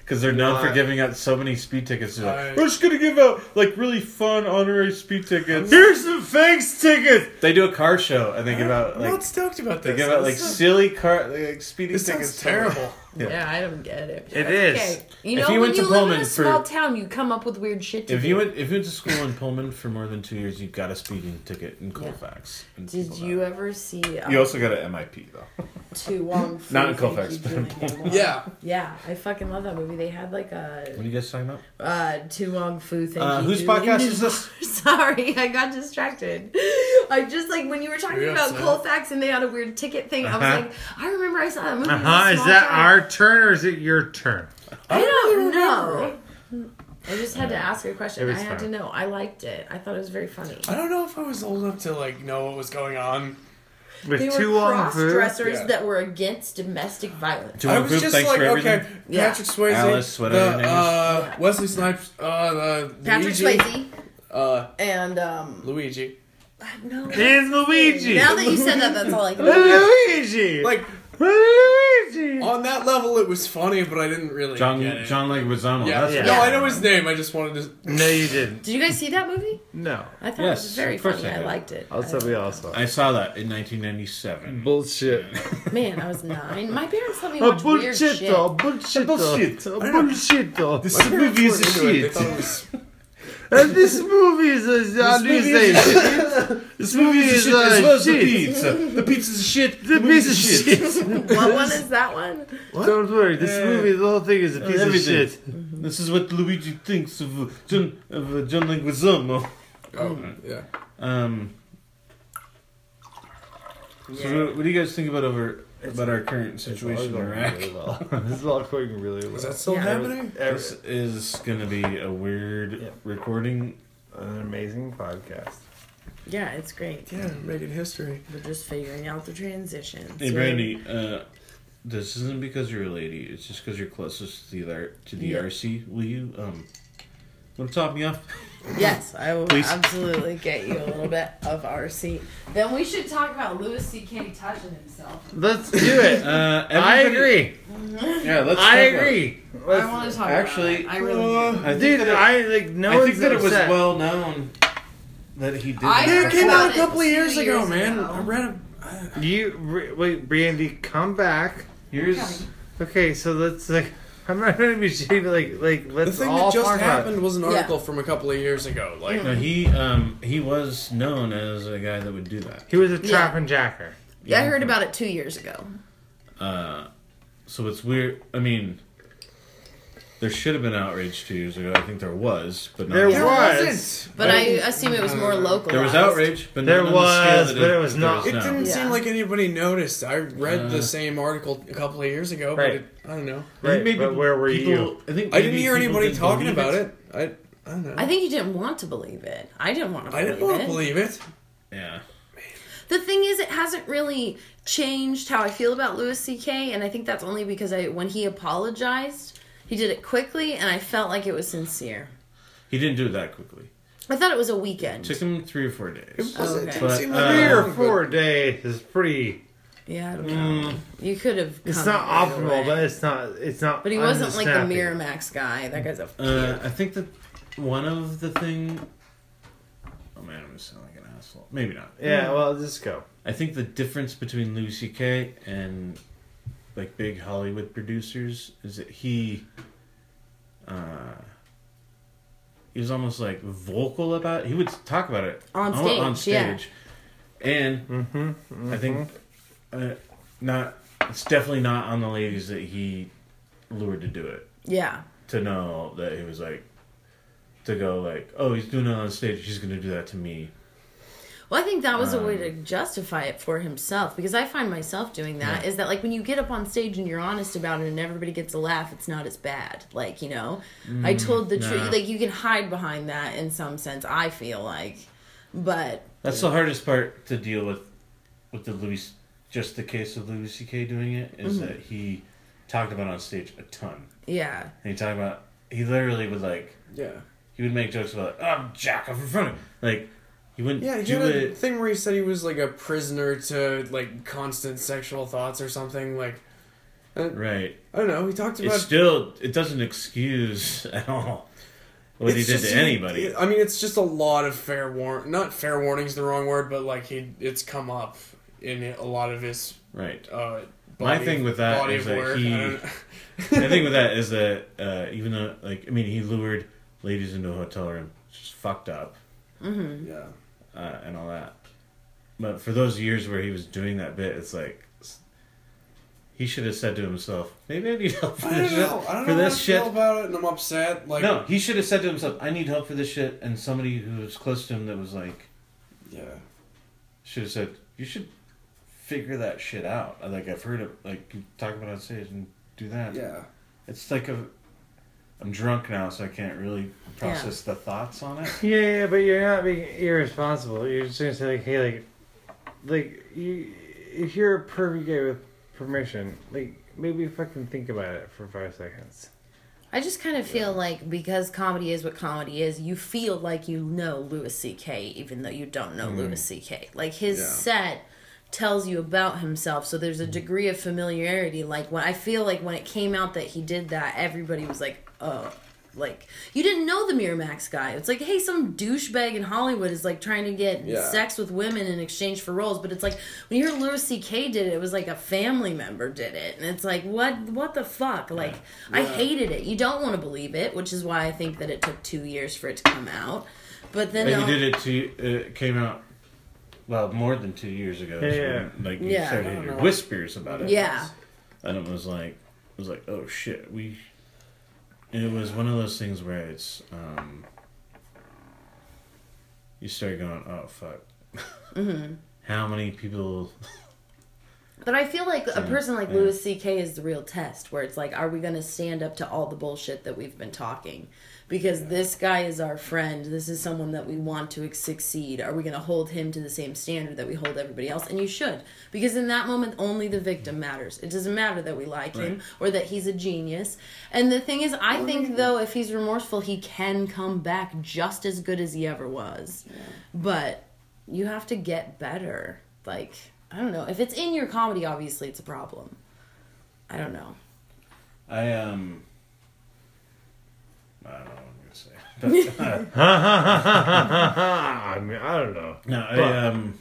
Speaker 4: Because they're known
Speaker 1: No,
Speaker 4: for
Speaker 1: I-
Speaker 4: giving out so many speed tickets. They're like,
Speaker 3: I-
Speaker 4: We're just gonna give out like really fun honorary speed tickets.
Speaker 1: Here's some fakes tickets.
Speaker 4: They do a car show and they give out
Speaker 3: I'm
Speaker 4: Uh, like
Speaker 3: not stoked about
Speaker 4: they
Speaker 3: this.
Speaker 4: give out like
Speaker 3: This is-
Speaker 4: silly car like speeding
Speaker 3: this
Speaker 4: tickets.
Speaker 3: sounds terrible.
Speaker 4: Yeah.
Speaker 2: Yeah, I don't get it.
Speaker 1: It
Speaker 2: That's
Speaker 1: is.
Speaker 2: Okay. You know,
Speaker 4: If you
Speaker 2: when
Speaker 4: went
Speaker 2: you
Speaker 4: to
Speaker 2: live in
Speaker 4: Pullman
Speaker 2: a
Speaker 4: for-
Speaker 2: small town, you come up with weird shit to
Speaker 4: If
Speaker 2: do.
Speaker 4: you went if you went to school in Pullman for more than two years, you got a speeding ticket in Colfax. And
Speaker 2: Did
Speaker 4: people
Speaker 2: you
Speaker 4: know.
Speaker 2: ever see um,
Speaker 4: You also got an MIP though.
Speaker 2: Too Wong? Fu
Speaker 4: Not in
Speaker 2: Thank
Speaker 4: Colfax,
Speaker 2: You,
Speaker 4: but in
Speaker 2: Julian Wong?
Speaker 3: Yeah.
Speaker 2: yeah. I fucking love that movie. They had like
Speaker 4: What
Speaker 2: a
Speaker 4: are you guys talking about?
Speaker 2: uh, Too Wong Fu thing.
Speaker 4: Uh, whose podcast is this?
Speaker 2: Sorry, I got distracted. I just like when you were talking
Speaker 3: You're
Speaker 2: about
Speaker 3: upset.
Speaker 2: Colfax and they had a weird ticket thing. I
Speaker 4: Uh-huh.
Speaker 2: was like, I remember I saw that movie.
Speaker 1: Uh
Speaker 2: as a
Speaker 1: huh. Is
Speaker 2: small
Speaker 1: that
Speaker 2: child.
Speaker 1: our turn or is it your turn?
Speaker 2: I don't
Speaker 3: remember
Speaker 2: know. I just had to ask a
Speaker 1: It
Speaker 2: question. I
Speaker 1: was
Speaker 2: had
Speaker 1: fun.
Speaker 2: to know. I liked it. I thought it was very funny.
Speaker 3: I don't know if I was old enough to like know what was going on.
Speaker 1: With
Speaker 2: They
Speaker 1: two
Speaker 2: were
Speaker 1: long
Speaker 2: cross
Speaker 1: food.
Speaker 2: dressers
Speaker 3: Yeah.
Speaker 2: that were against domestic violence.
Speaker 4: Do you
Speaker 3: I
Speaker 4: want
Speaker 3: was
Speaker 4: proof?
Speaker 3: just
Speaker 4: Oh, Thanks
Speaker 3: like,
Speaker 4: for everything.
Speaker 3: okay,
Speaker 2: Yeah.
Speaker 3: Patrick Swayze,
Speaker 4: Alice, whatever
Speaker 3: the,
Speaker 4: her name is.
Speaker 3: uh,
Speaker 2: Yeah.
Speaker 3: Wesley Snipes, uh, the
Speaker 2: Patrick
Speaker 3: Luigi,
Speaker 2: Swayze
Speaker 3: uh,
Speaker 2: and um
Speaker 3: Luigi.
Speaker 2: no.
Speaker 1: And Luigi.
Speaker 2: Now that you said that, that's all I can.
Speaker 1: Luigi.
Speaker 3: Like
Speaker 1: Luigi!
Speaker 3: On that level, it was funny, but I didn't really
Speaker 4: John
Speaker 3: get it.
Speaker 4: John Leguizamo.
Speaker 3: yeah.
Speaker 4: That's
Speaker 1: Yeah.
Speaker 3: no, I know his name. I just wanted to.
Speaker 1: No, you didn't.
Speaker 2: Did you guys see that movie?
Speaker 1: No.
Speaker 2: I thought it
Speaker 4: Yes,
Speaker 2: was very
Speaker 4: of course
Speaker 2: funny.
Speaker 4: I
Speaker 2: I,
Speaker 4: did.
Speaker 2: liked it.
Speaker 1: Also, we all saw. it.
Speaker 4: I saw that in
Speaker 1: Mm.
Speaker 4: 1997.
Speaker 1: Bullshit.
Speaker 2: Man, I was nine. My parents let me
Speaker 1: A
Speaker 2: watch weird shit.
Speaker 1: bullshito, bullshito,
Speaker 4: Bullshit.
Speaker 1: a bullshito.
Speaker 4: This movie is a
Speaker 3: They
Speaker 4: shit.
Speaker 3: thought it was
Speaker 1: And this movie is a how do you say it?
Speaker 4: This movie is a shit as well as the pizza. The pizza's a shit.
Speaker 1: The piece of shit.
Speaker 2: What one is that one?
Speaker 1: Don't worry, this
Speaker 4: Yeah.
Speaker 1: movie, the whole thing is a piece of
Speaker 4: everything.
Speaker 1: shit.
Speaker 4: This is what Luigi thinks of uh, John of uh, John Leguizamo.
Speaker 3: oh
Speaker 4: Mm-hmm.
Speaker 3: yeah.
Speaker 4: Um, so
Speaker 2: Yeah.
Speaker 4: what, what do you guys think about over about our current situation in Iraq?
Speaker 1: really well. This is all going really well.
Speaker 3: Is that still
Speaker 2: Yeah.
Speaker 3: happening?
Speaker 1: Ever-
Speaker 4: This is gonna be a weird
Speaker 1: Yeah.
Speaker 4: recording.
Speaker 1: an amazing podcast.
Speaker 2: Yeah, it's great.
Speaker 3: Yeah, making history.
Speaker 2: We're just figuring out the transition.
Speaker 4: Hey Brandy, uh, this isn't because you're a lady. It's just because you're closest to the R- to the
Speaker 2: Yeah.
Speaker 4: RC. Will you um, want to top me off?
Speaker 2: Yes, I will
Speaker 4: Please.
Speaker 2: absolutely get you a little bit of RC. Then we should talk about Louis C.K. touching himself.
Speaker 1: Let's do it.
Speaker 4: Uh,
Speaker 1: I
Speaker 4: everybody-
Speaker 1: agree.
Speaker 4: Yeah, let's.
Speaker 1: I
Speaker 4: talk about-
Speaker 1: agree. Let's-
Speaker 2: I want to talk
Speaker 4: Actually, uh,
Speaker 2: about it. I really do.
Speaker 4: I think
Speaker 1: Dude,
Speaker 4: that it-
Speaker 1: I like no
Speaker 4: I
Speaker 1: one's
Speaker 4: think that it was
Speaker 1: upset.
Speaker 4: well known that he did.
Speaker 2: I
Speaker 4: that.
Speaker 2: heard
Speaker 3: It came out a
Speaker 2: about
Speaker 3: couple
Speaker 2: it
Speaker 3: of years
Speaker 2: two
Speaker 3: ago,
Speaker 2: years
Speaker 3: man.
Speaker 2: ago.
Speaker 3: I read a. I-
Speaker 1: You re- wait, Brandy, come back.
Speaker 4: Here's
Speaker 1: Okay, so let's like. I'm not gonna be shitty, but like, like
Speaker 3: The
Speaker 1: let's
Speaker 3: thing
Speaker 1: all
Speaker 3: that just
Speaker 1: talk about it.
Speaker 3: happened was an
Speaker 2: Yeah.
Speaker 3: article from a couple of years ago. Like,
Speaker 4: no, he um he was known as a guy that would do that.
Speaker 1: He was a
Speaker 2: Yeah.
Speaker 1: trap and jacker.
Speaker 2: Yeah, I heard about it two years ago.
Speaker 4: Uh, so it's weird. I mean, there should have been outrage two years ago. I think there was, but not
Speaker 1: There
Speaker 2: was.
Speaker 1: was.
Speaker 2: But I assume it was more local.
Speaker 4: There was outrage, but
Speaker 1: There
Speaker 4: not on the scale
Speaker 1: was,
Speaker 4: that
Speaker 1: but it was
Speaker 4: there
Speaker 1: not.
Speaker 3: It
Speaker 4: no.
Speaker 3: didn't
Speaker 2: Yeah.
Speaker 3: seem like anybody noticed. I read
Speaker 4: Uh.
Speaker 3: the same article a couple of years ago,
Speaker 1: Right.
Speaker 3: but it, I don't know.
Speaker 4: I think
Speaker 1: Right, but where were
Speaker 4: people-
Speaker 1: you?
Speaker 4: I think
Speaker 3: I didn't
Speaker 4: maybe
Speaker 3: hear
Speaker 4: people
Speaker 3: anybody
Speaker 4: didn't
Speaker 3: talking
Speaker 4: believe
Speaker 3: about it. I, I don't know.
Speaker 2: I think you didn't want to believe it. I didn't want to
Speaker 3: I
Speaker 2: believe
Speaker 3: didn't want
Speaker 2: it.
Speaker 3: to believe it.
Speaker 4: Yeah,
Speaker 2: The thing is, it hasn't really changed how I feel about Louis C.K. And I think that's only because I, when he apologized, he did it quickly, and I felt like it was sincere.
Speaker 4: he didn't do it that quickly.
Speaker 2: I thought it was a weekend.
Speaker 4: took him three or four days.
Speaker 3: It wasn't- it
Speaker 2: okay.
Speaker 3: didn't
Speaker 4: But,
Speaker 3: seem
Speaker 4: uh,
Speaker 3: like
Speaker 1: Three
Speaker 3: it
Speaker 1: or
Speaker 3: was,
Speaker 1: four days is pretty.
Speaker 2: yeah, I don't know. you could have.
Speaker 1: It's
Speaker 2: come
Speaker 1: not
Speaker 2: right
Speaker 1: optimal,
Speaker 2: away.
Speaker 1: but it's not. It's not.
Speaker 2: But he wasn't like the
Speaker 1: unsnappy.
Speaker 2: Miramax guy. That guy's a.
Speaker 4: Uh, I think that one of the thing. Oh man, I'm gonna sound like an asshole. Maybe not.
Speaker 1: Yeah. Well, just go.
Speaker 4: I think the difference between Louis C.K. and like big Hollywood producers is that he, uh, he was almost like vocal about. He would talk about it
Speaker 2: On
Speaker 4: al- on
Speaker 2: stage, yeah.
Speaker 4: stage, and
Speaker 1: Mm-hmm.
Speaker 4: I think uh, not. It's definitely not on the ladies that he lured to do it.
Speaker 2: yeah,
Speaker 4: To know that he was like, to go like, oh, he's doing it on stage. He's gonna do that to me.
Speaker 2: Well, I think that was a way
Speaker 4: Um,
Speaker 2: to justify it for himself because I find myself doing that. Is that like when you get up on stage and you're honest about it and everybody gets a laugh, it's not as bad. Like, you know, I told the
Speaker 4: nah.
Speaker 2: truth. Like, you can hide behind that in some sense, I feel like. But
Speaker 4: That's the hardest part to deal with, with the Louis, just the case of Louis C.K. doing it is
Speaker 3: Mm-hmm.
Speaker 4: that he talked about it on stage a ton,
Speaker 2: yeah,
Speaker 4: and he talked about he literally would like
Speaker 3: Yeah.
Speaker 4: he would make jokes about I'm Jack, I'm from front of like he wouldn't
Speaker 3: Yeah, he
Speaker 4: do
Speaker 3: had a
Speaker 4: it.
Speaker 3: thing where he said he was like a prisoner to like constant sexual thoughts or something. Like,
Speaker 4: Right.
Speaker 3: I don't know. He talked about
Speaker 4: It's still it doesn't excuse at all what he
Speaker 3: It's
Speaker 4: did
Speaker 3: just-
Speaker 4: to anybody.
Speaker 3: I mean, it's just a lot of fair warning. Not fair warning's the wrong word, but like he, it's come up in a lot of his.
Speaker 4: right.
Speaker 3: Uh,
Speaker 4: My
Speaker 3: body-
Speaker 4: thing with that
Speaker 3: body
Speaker 4: is
Speaker 3: of
Speaker 4: that
Speaker 3: work.
Speaker 4: he-
Speaker 3: I don't know.
Speaker 4: the thing with that is that uh, even though like I mean he lured ladies into a hotel room, just fucked up.
Speaker 3: yeah.
Speaker 4: uh, and all that. But for those years where he was doing that bit, it's like s- he should have said to himself, "Maybe I need help for
Speaker 3: I
Speaker 4: this
Speaker 3: don't know.
Speaker 4: shit."
Speaker 3: I don't
Speaker 4: For
Speaker 3: know
Speaker 4: this
Speaker 3: how I feel
Speaker 4: shit,
Speaker 3: about it, and I'm upset. Like,
Speaker 4: no, he should have said to himself, "I need help for this shit." And somebody who was close to him that was like
Speaker 3: yeah,
Speaker 4: should have said, "You should figure that shit out." Uh, Like I've heard of like you talk about it on stage and do that.
Speaker 3: yeah.
Speaker 4: It's like a I'm drunk now, so I can't really process the thoughts on it.
Speaker 1: Yeah, yeah, but you're not being irresponsible. You're just gonna say like, hey, like, like you, if you're a pervy gay with permission, like maybe fucking think about it for five seconds.
Speaker 2: I just kind of feel like because comedy is what comedy is, you feel like you know Louis C.K. even though you don't know Louis C.K. Like his
Speaker 3: Yeah.
Speaker 2: set, tells you about himself. So there's a degree of familiarity. Like when I feel like when it came out that he did that, everybody was like, oh. Like you didn't know the Miramax guy. It's like, hey, some douchebag in Hollywood is like trying to get
Speaker 5: Yeah.
Speaker 2: sex with women in exchange for roles. But it's like when you heard Louis C.K. did it, it was like a family member did it, and it's like, what, what the fuck? Like I hated it. You don't want to believe it, which is why I think that it took two years for it to come out. But then
Speaker 4: And
Speaker 2: I'll-
Speaker 4: you did it to it came out well more than two years ago.
Speaker 1: Yeah,
Speaker 4: so,
Speaker 1: yeah.
Speaker 4: like you
Speaker 2: Yeah.
Speaker 4: started
Speaker 3: I
Speaker 4: to
Speaker 3: don't
Speaker 4: hear
Speaker 3: know.
Speaker 4: whispers about it.
Speaker 2: um, Yeah.
Speaker 4: and it was like it was like oh shit we. It was one of those things where it's um. You start going oh fuck.
Speaker 3: Mm-hmm.
Speaker 4: How many people?
Speaker 2: But I feel like a
Speaker 4: Yeah,
Speaker 2: person like
Speaker 4: yeah.
Speaker 2: Louis C.K. is the real test, where it's like, are we going to stand up to all the bullshit that we've been talking? Because this guy is our friend. This is someone that we want to succeed. Are we going to hold him to the same standard that we hold everybody else? And you should, because in that moment, only the victim matters. It doesn't matter that we like him or that he's a genius. And the thing is, I think though, if he's remorseful, he can come back just as good as he ever was. But you have to get better. Like, I don't know. If it's in your comedy, obviously it's a problem. I don't know.
Speaker 4: I um. I don't know what I'm gonna say. uh,
Speaker 1: I mean, I don't know.
Speaker 4: No, I um.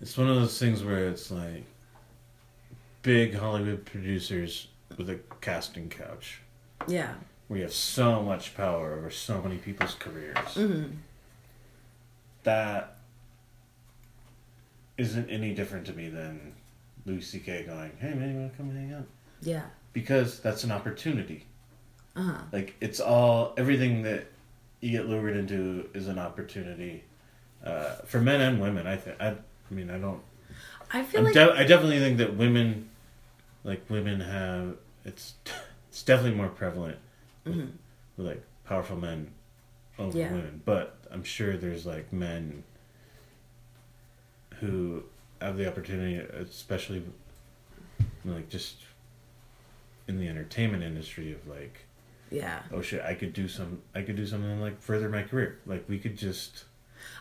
Speaker 4: It's one of those things where it's like big Hollywood producers with a casting couch.
Speaker 2: Yeah.
Speaker 4: We have so much power over so many people's careers. That isn't any different to me than Louis C.K. going, "Hey man, you want to come hang out?"
Speaker 2: Yeah.
Speaker 4: Because that's an opportunity.
Speaker 2: Uh huh.
Speaker 4: Like it's all everything that you get lured into is an opportunity uh, for men and women. I think. I, I mean, I don't.
Speaker 2: I feel
Speaker 4: I'm
Speaker 2: like
Speaker 4: de- I definitely think that women, like women, have it's it's definitely more prevalent with, with like powerful men over
Speaker 2: Mm-hmm. Yeah.
Speaker 4: women. But I'm sure there's like men who have the opportunity, especially like just in the entertainment industry, of like
Speaker 2: yeah.
Speaker 4: oh shit, I could do some, I could do something like further my career. Like we could just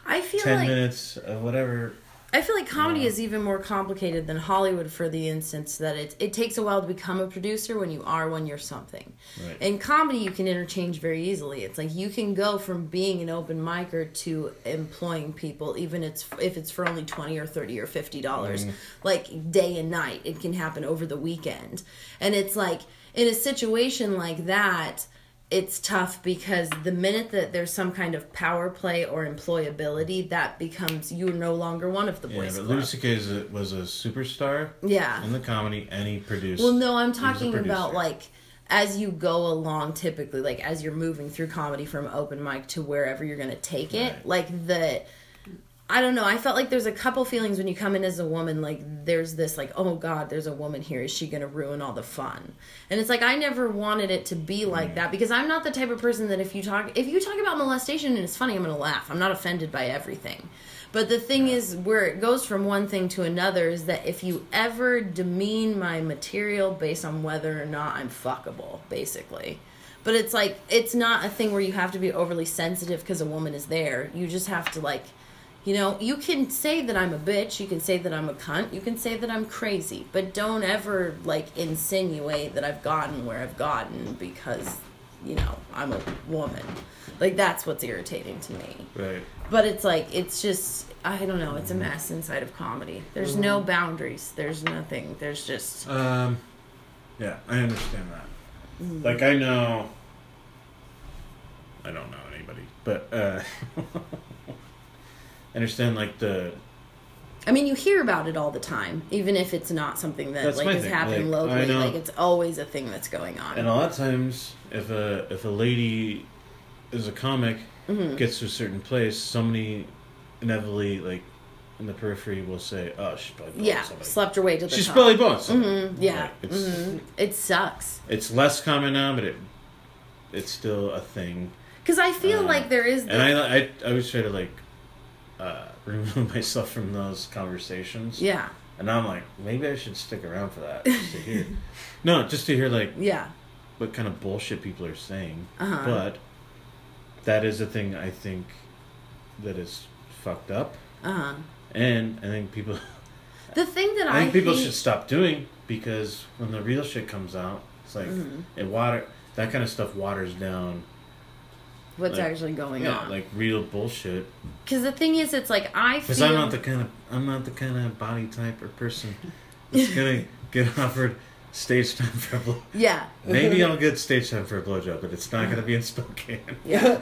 Speaker 2: I feel
Speaker 4: ten
Speaker 2: like
Speaker 4: minutes of whatever.
Speaker 2: I feel like comedy is even more complicated than Hollywood for the instance that it it takes a while to become a producer when you are one you're something.
Speaker 4: Right.
Speaker 2: In comedy you can interchange very easily. It's like you can go from being an open micer to employing people even it's if it's for only 20 or 30 or 50 dollars
Speaker 4: Mm-hmm.
Speaker 2: like day and night. It can happen over the weekend. And it's like in a situation like that it's tough because the minute that there's some kind of power play or employability, that becomes you're no longer one of the
Speaker 4: Yeah,
Speaker 2: boys.
Speaker 4: but
Speaker 2: club.
Speaker 4: Louis C.K. is a- was a superstar
Speaker 2: yeah.
Speaker 4: in the comedy, and he produced.
Speaker 2: Well, no, I'm
Speaker 4: he was a
Speaker 2: talking about
Speaker 4: producer.
Speaker 2: like as you go along, typically, like as you're moving through comedy from open mic to wherever you're going to take it,
Speaker 4: Right.
Speaker 2: like the. I don't know. I felt like there's a couple feelings when you come in as a woman. Like there's this, like, oh god, there's a woman here. Is she gonna ruin all the fun? And it's like I never wanted it to be like that because I'm not the type of person that if you talk if you talk about molestation and it's funny, I'm gonna laugh. I'm not offended by everything. But the thing is, where it goes from one thing to another is that if you ever demean my material based on whether or not I'm fuckable, basically. But it's like it's not a thing where you have to be overly sensitive because a woman is there. You just have to like you know, you can say that I'm a bitch, you can say that I'm a cunt, you can say that I'm crazy, but don't ever like insinuate that I've gotten where I've gotten because, you know, I'm a woman. Like that's what's irritating to me.
Speaker 4: right.
Speaker 2: But it's like it's just I don't know, it's a mess inside of comedy. There's no
Speaker 4: Mm-hmm.
Speaker 2: boundaries. There's nothing. There's just
Speaker 4: Um, yeah, I understand that.
Speaker 2: Mm.
Speaker 4: Like I know, I don't know anybody, but uh, I understand like the
Speaker 2: I mean, you hear about it all the time, even if it's not something that
Speaker 4: That's
Speaker 2: like
Speaker 4: my
Speaker 2: is
Speaker 4: thing.
Speaker 2: happening
Speaker 4: Like, I
Speaker 2: locally.
Speaker 4: know-
Speaker 2: Like it's always a thing that's going on.
Speaker 4: And a lot of times, if a if a lady is a comic,
Speaker 2: Mm-hmm.
Speaker 4: gets to a certain place, somebody inevitably like in the periphery will say, "Oh, she's probably boned
Speaker 2: yeah,
Speaker 4: somebody.
Speaker 2: slept your way to the
Speaker 4: she's
Speaker 2: top.
Speaker 4: probably boned somebody."
Speaker 2: Mm, yeah.
Speaker 4: Like, it's
Speaker 2: hmm It sucks.
Speaker 4: it's less common now, but it it's still a thing.
Speaker 2: Because I feel
Speaker 4: Uh,
Speaker 2: like there is. This,
Speaker 4: And I I, I always try to like uh, remove myself from those conversations.
Speaker 2: yeah.
Speaker 4: And I'm like, maybe I should stick around for that just to hear. no, just to hear like
Speaker 2: Yeah.
Speaker 4: what kind of bullshit people are saying.
Speaker 2: Uh-huh.
Speaker 4: But that is a thing I think that is fucked up
Speaker 2: Uh huh.
Speaker 4: and I think people
Speaker 2: The thing that
Speaker 4: I
Speaker 2: I,
Speaker 4: think people
Speaker 2: hate-
Speaker 4: should stop doing because when the real shit comes out, it's like
Speaker 2: Mm-hmm.
Speaker 4: it water that kind of stuff waters down
Speaker 2: what's
Speaker 4: like-
Speaker 2: actually going
Speaker 4: yeah,
Speaker 2: on.
Speaker 4: like real bullshit.
Speaker 2: Because the thing is, it's like I
Speaker 4: Because
Speaker 2: feel.
Speaker 4: I'm not the kind of I'm not the kind of body type or person that's gonna get offered stage time for a blow.
Speaker 2: yeah,
Speaker 4: Maybe I'll get stage time for a blowjob, but it's not gonna be in Spokane.
Speaker 2: yeah.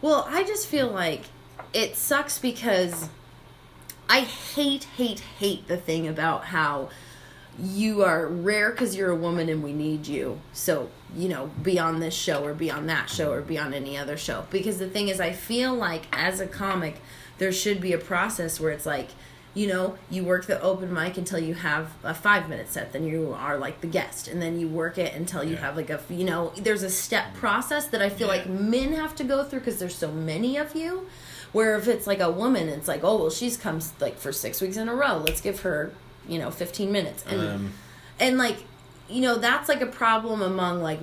Speaker 2: well, I just feel like it sucks because I hate, hate, hate the thing about how you are rare because you're a woman and we need you. So, you know, be on this show or be on that show or be on any other show. Because the thing is, I feel like as a comic, there should be a process where it's like, you know, you work the open mic until you have a five minute set, then you are like the guest, and then you work it until you
Speaker 4: Yeah.
Speaker 2: have like a, you know, there's a step process that I feel
Speaker 4: Yeah.
Speaker 2: like men have to go through because there's so many of you. Where if it's like a woman, it's like, oh well, she's come like for six weeks in a row. Let's give her, you know, 15 minutes. And
Speaker 4: Um,
Speaker 2: and like you know that's like a problem among like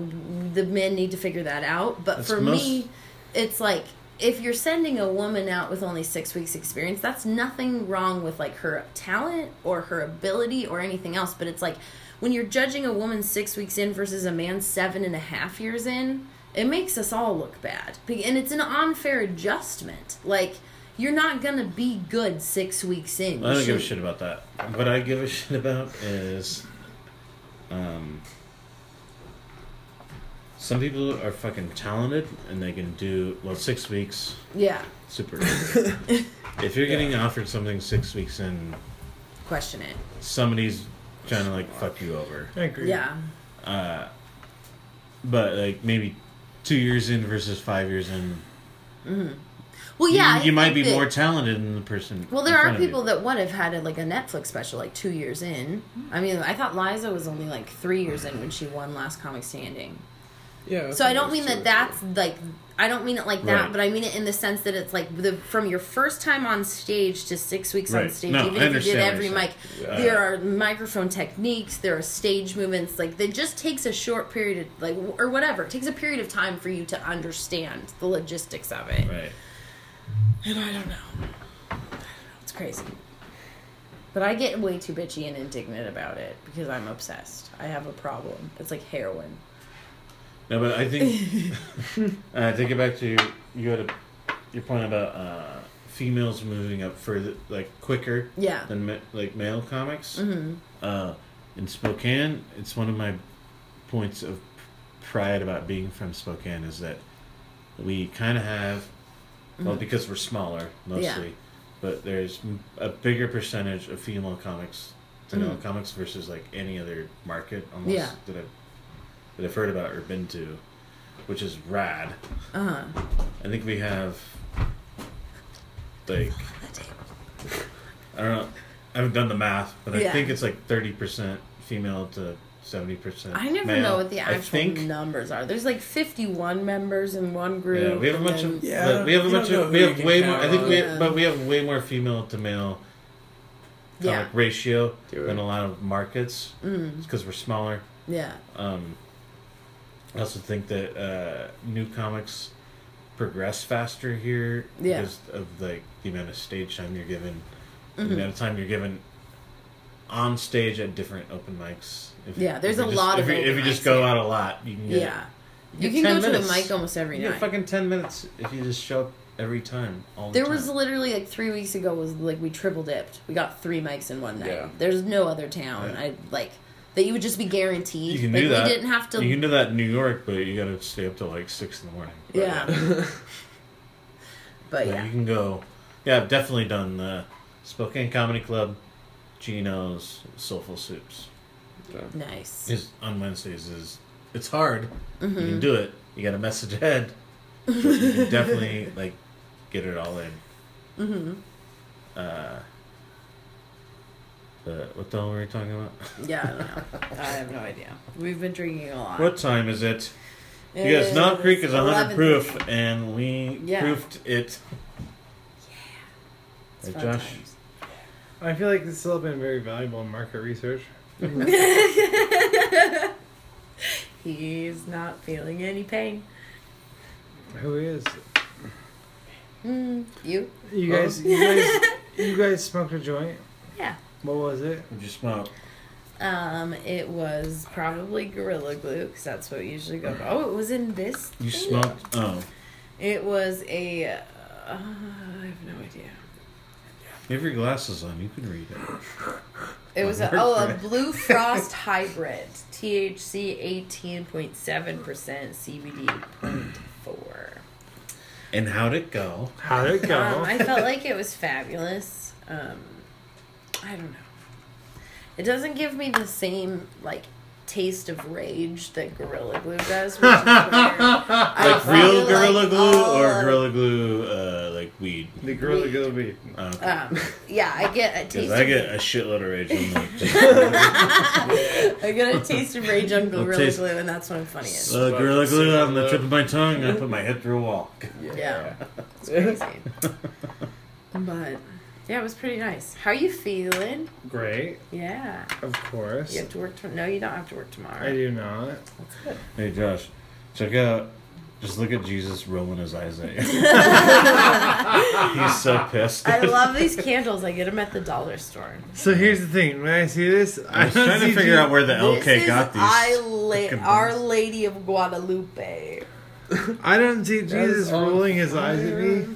Speaker 2: the men need to figure that out but
Speaker 4: That's
Speaker 2: for
Speaker 4: most-
Speaker 2: me it's like if you're sending a woman out with only six weeks experience that's nothing wrong with like her talent or her ability or anything else but it's like when you're judging a woman six weeks in versus a man seven and a half years in it makes us all look bad Be- and it's an unfair adjustment like you're not gonna be good six weeks in
Speaker 4: I
Speaker 2: You
Speaker 4: don't give a
Speaker 2: shouldn't-
Speaker 4: shit about that. What I give a shit about is, um, some people are fucking talented and they can do well six weeks
Speaker 2: yeah
Speaker 4: super. if you're getting offered something six weeks in,
Speaker 2: question it
Speaker 4: somebody's trying to like fuck you over.
Speaker 3: I agree.
Speaker 2: yeah
Speaker 4: Uh, but like maybe two years in versus five years in,
Speaker 2: Well, yeah,
Speaker 4: you,
Speaker 2: I
Speaker 4: you might
Speaker 2: think
Speaker 4: be
Speaker 2: that-
Speaker 4: more talented than the person.
Speaker 2: Well,
Speaker 4: in
Speaker 2: there are
Speaker 4: front of you.
Speaker 2: people that would have had a, like a Netflix special like two years in. I mean, I thought Liza was only like three years in when she won Last Comic Standing.
Speaker 3: Yeah. that's
Speaker 2: So I
Speaker 3: what
Speaker 2: don't
Speaker 3: it is,
Speaker 2: mean that
Speaker 3: too.
Speaker 2: that's like I don't mean it like that,
Speaker 4: Right.
Speaker 2: but I mean it in the sense that it's like the from your first time on stage to six weeks on
Speaker 4: Right.
Speaker 2: stage,
Speaker 4: No, I
Speaker 2: even if you
Speaker 4: understand
Speaker 2: did
Speaker 4: what
Speaker 2: every
Speaker 4: you're
Speaker 2: mic,
Speaker 4: Yeah.
Speaker 2: there are microphone techniques, there are stage movements, like it just takes a short period of like or whatever. It takes a period of time for you to understand the logistics of it.
Speaker 4: Right.
Speaker 2: And I don't know. I don't know. It's crazy. But I get way too bitchy and indignant about it because I'm obsessed. I have a problem. It's like heroin.
Speaker 4: No, but I think uh, to get back to your, you had a, your point about uh, females moving up further, like quicker
Speaker 2: Yeah.
Speaker 4: than ma- like male comics.
Speaker 2: Mm-hmm.
Speaker 4: Uh, in Spokane, it's one of my points of pride about being from Spokane is that we kind of have, well,
Speaker 2: Mm-hmm.
Speaker 4: because we're smaller mostly, but there's m- a bigger percentage of female comics to male comics versus like any other market almost
Speaker 2: Mm-hmm. Yeah.
Speaker 4: that I've that I've heard about or been to, which is rad.
Speaker 2: Uh huh.
Speaker 4: I think we have like I don't know. I haven't done the math, but I
Speaker 2: Yeah.
Speaker 4: think it's like thirty percent female to seventy percent.
Speaker 2: I never know what the actual
Speaker 4: I think,
Speaker 2: numbers are. There's like 51 members in one group.
Speaker 4: Yeah, we have a
Speaker 2: and
Speaker 4: bunch
Speaker 2: then-
Speaker 4: of.
Speaker 3: Yeah,
Speaker 4: but we have a
Speaker 3: you don't
Speaker 4: bunch
Speaker 3: know
Speaker 4: of.
Speaker 3: who
Speaker 4: We
Speaker 3: you
Speaker 4: have
Speaker 3: can
Speaker 4: way more.
Speaker 3: count
Speaker 4: I think we,
Speaker 2: on.
Speaker 4: but we have way more female to male
Speaker 2: Yeah.
Speaker 4: comic ratio
Speaker 3: Do it.
Speaker 4: than a lot of markets.
Speaker 2: Mm,
Speaker 4: because we're smaller.
Speaker 2: yeah.
Speaker 4: Um, I also think that uh, new comics progress faster here
Speaker 2: Yeah.
Speaker 4: because of like the amount of stage time you're given, the
Speaker 2: Mhm.
Speaker 4: amount of time you're given on stage at different open mics. If
Speaker 2: Yeah, there's
Speaker 4: if
Speaker 2: a
Speaker 4: you
Speaker 2: lot
Speaker 4: just,
Speaker 2: of
Speaker 4: if you, if
Speaker 2: open
Speaker 4: you
Speaker 2: mics
Speaker 4: just go
Speaker 2: here.
Speaker 4: out a lot. You can
Speaker 2: Yeah.
Speaker 4: get
Speaker 2: You
Speaker 4: get
Speaker 2: can go
Speaker 4: 10
Speaker 2: to the
Speaker 4: minutes.
Speaker 2: mic almost every
Speaker 4: You get
Speaker 2: night.
Speaker 4: fucking ten minutes if you just show up every time. All
Speaker 2: There
Speaker 4: the
Speaker 2: was
Speaker 4: time.
Speaker 2: literally like three weeks ago was like we triple dipped. We got three mics in one night.
Speaker 3: Yeah.
Speaker 2: There's no other town
Speaker 4: Yeah.
Speaker 2: I like that you would just be guaranteed.
Speaker 4: you can
Speaker 2: like
Speaker 4: do that.
Speaker 2: we didn't have to
Speaker 4: You can do that in New York, but you got to stay up till like six in the morning. But-
Speaker 2: Yeah. but
Speaker 4: But
Speaker 2: yeah.
Speaker 4: You can go. Yeah, I've definitely done the Spokane Comedy Club, Geno's, Soulful Soups.
Speaker 2: Nice.
Speaker 4: Is on Wednesdays is it's hard. You can do it. You got to message ahead. But you can definitely like get it all in. Mm-hmm. Uh. But what the hell were we talking about?
Speaker 2: Yeah, I don't know. I have no idea. We've been drinking a lot.
Speaker 4: What time is it? You guys, Knob Creek is 100 proof, and we
Speaker 2: Yeah.
Speaker 4: proofed it. Hey, Josh.
Speaker 1: I feel like this has still been very valuable in market research.
Speaker 2: He's not feeling any pain.
Speaker 1: Who is?
Speaker 2: Mm, you? Mm,
Speaker 1: You guys, you guys, You guys smoked a joint.
Speaker 2: Yeah.
Speaker 1: What was it?
Speaker 4: Would you smoke?
Speaker 2: Um, it was probably Gorilla Glue because that's what we usually go. For. Oh, it was in this.
Speaker 4: You
Speaker 2: thing?
Speaker 4: smoked? Oh.
Speaker 2: It was a. Uh, I have no idea.
Speaker 4: You have your glasses on. You can read it.
Speaker 2: It was a, oh a Blue Frost hybrid, THC eighteen point seven percent, CBD 0.4.
Speaker 4: And how'd it go?
Speaker 1: How'd it go?
Speaker 4: Uh-huh.
Speaker 2: Um, I felt like it was fabulous. Um, I don't know. It doesn't give me the same like taste of rage that Gorilla Glue does. Which is
Speaker 4: Like
Speaker 2: like
Speaker 4: real Gorilla Glue
Speaker 2: Oh.
Speaker 4: or Gorilla Glue, uh, like weed?
Speaker 1: the gorilla gonna be.
Speaker 4: Because
Speaker 2: Um, yeah, I get a taste.
Speaker 4: I
Speaker 2: of,
Speaker 4: get a shitload of rage. I'm like,
Speaker 2: I get a taste of rage on Gorilla
Speaker 4: taste-
Speaker 2: Glue, and that's when I'm funniest.
Speaker 4: uh, Gorilla Glue on the tip of my tongue. I put my head through a wall.
Speaker 2: Yeah. It's crazy. but yeah, it was pretty nice. How you feeling?
Speaker 1: Great,
Speaker 2: Yeah.
Speaker 1: of course.
Speaker 2: You have to work. To- no, you don't have to work tomorrow.
Speaker 1: I do not.
Speaker 4: Hey, Josh, check out. Just look at Jesus rolling his eyes at you. He's so pissed.
Speaker 2: I love these candles. I get them at the dollar store.
Speaker 1: So here's the thing. When I see this,
Speaker 4: I was trying to figure out where the
Speaker 2: this
Speaker 4: LK
Speaker 2: is
Speaker 4: got these.
Speaker 2: I la-
Speaker 4: fucking
Speaker 2: Our
Speaker 4: things.
Speaker 2: Lady of Guadalupe.
Speaker 1: I don't see Jesus
Speaker 3: on
Speaker 1: rolling his eyes at me.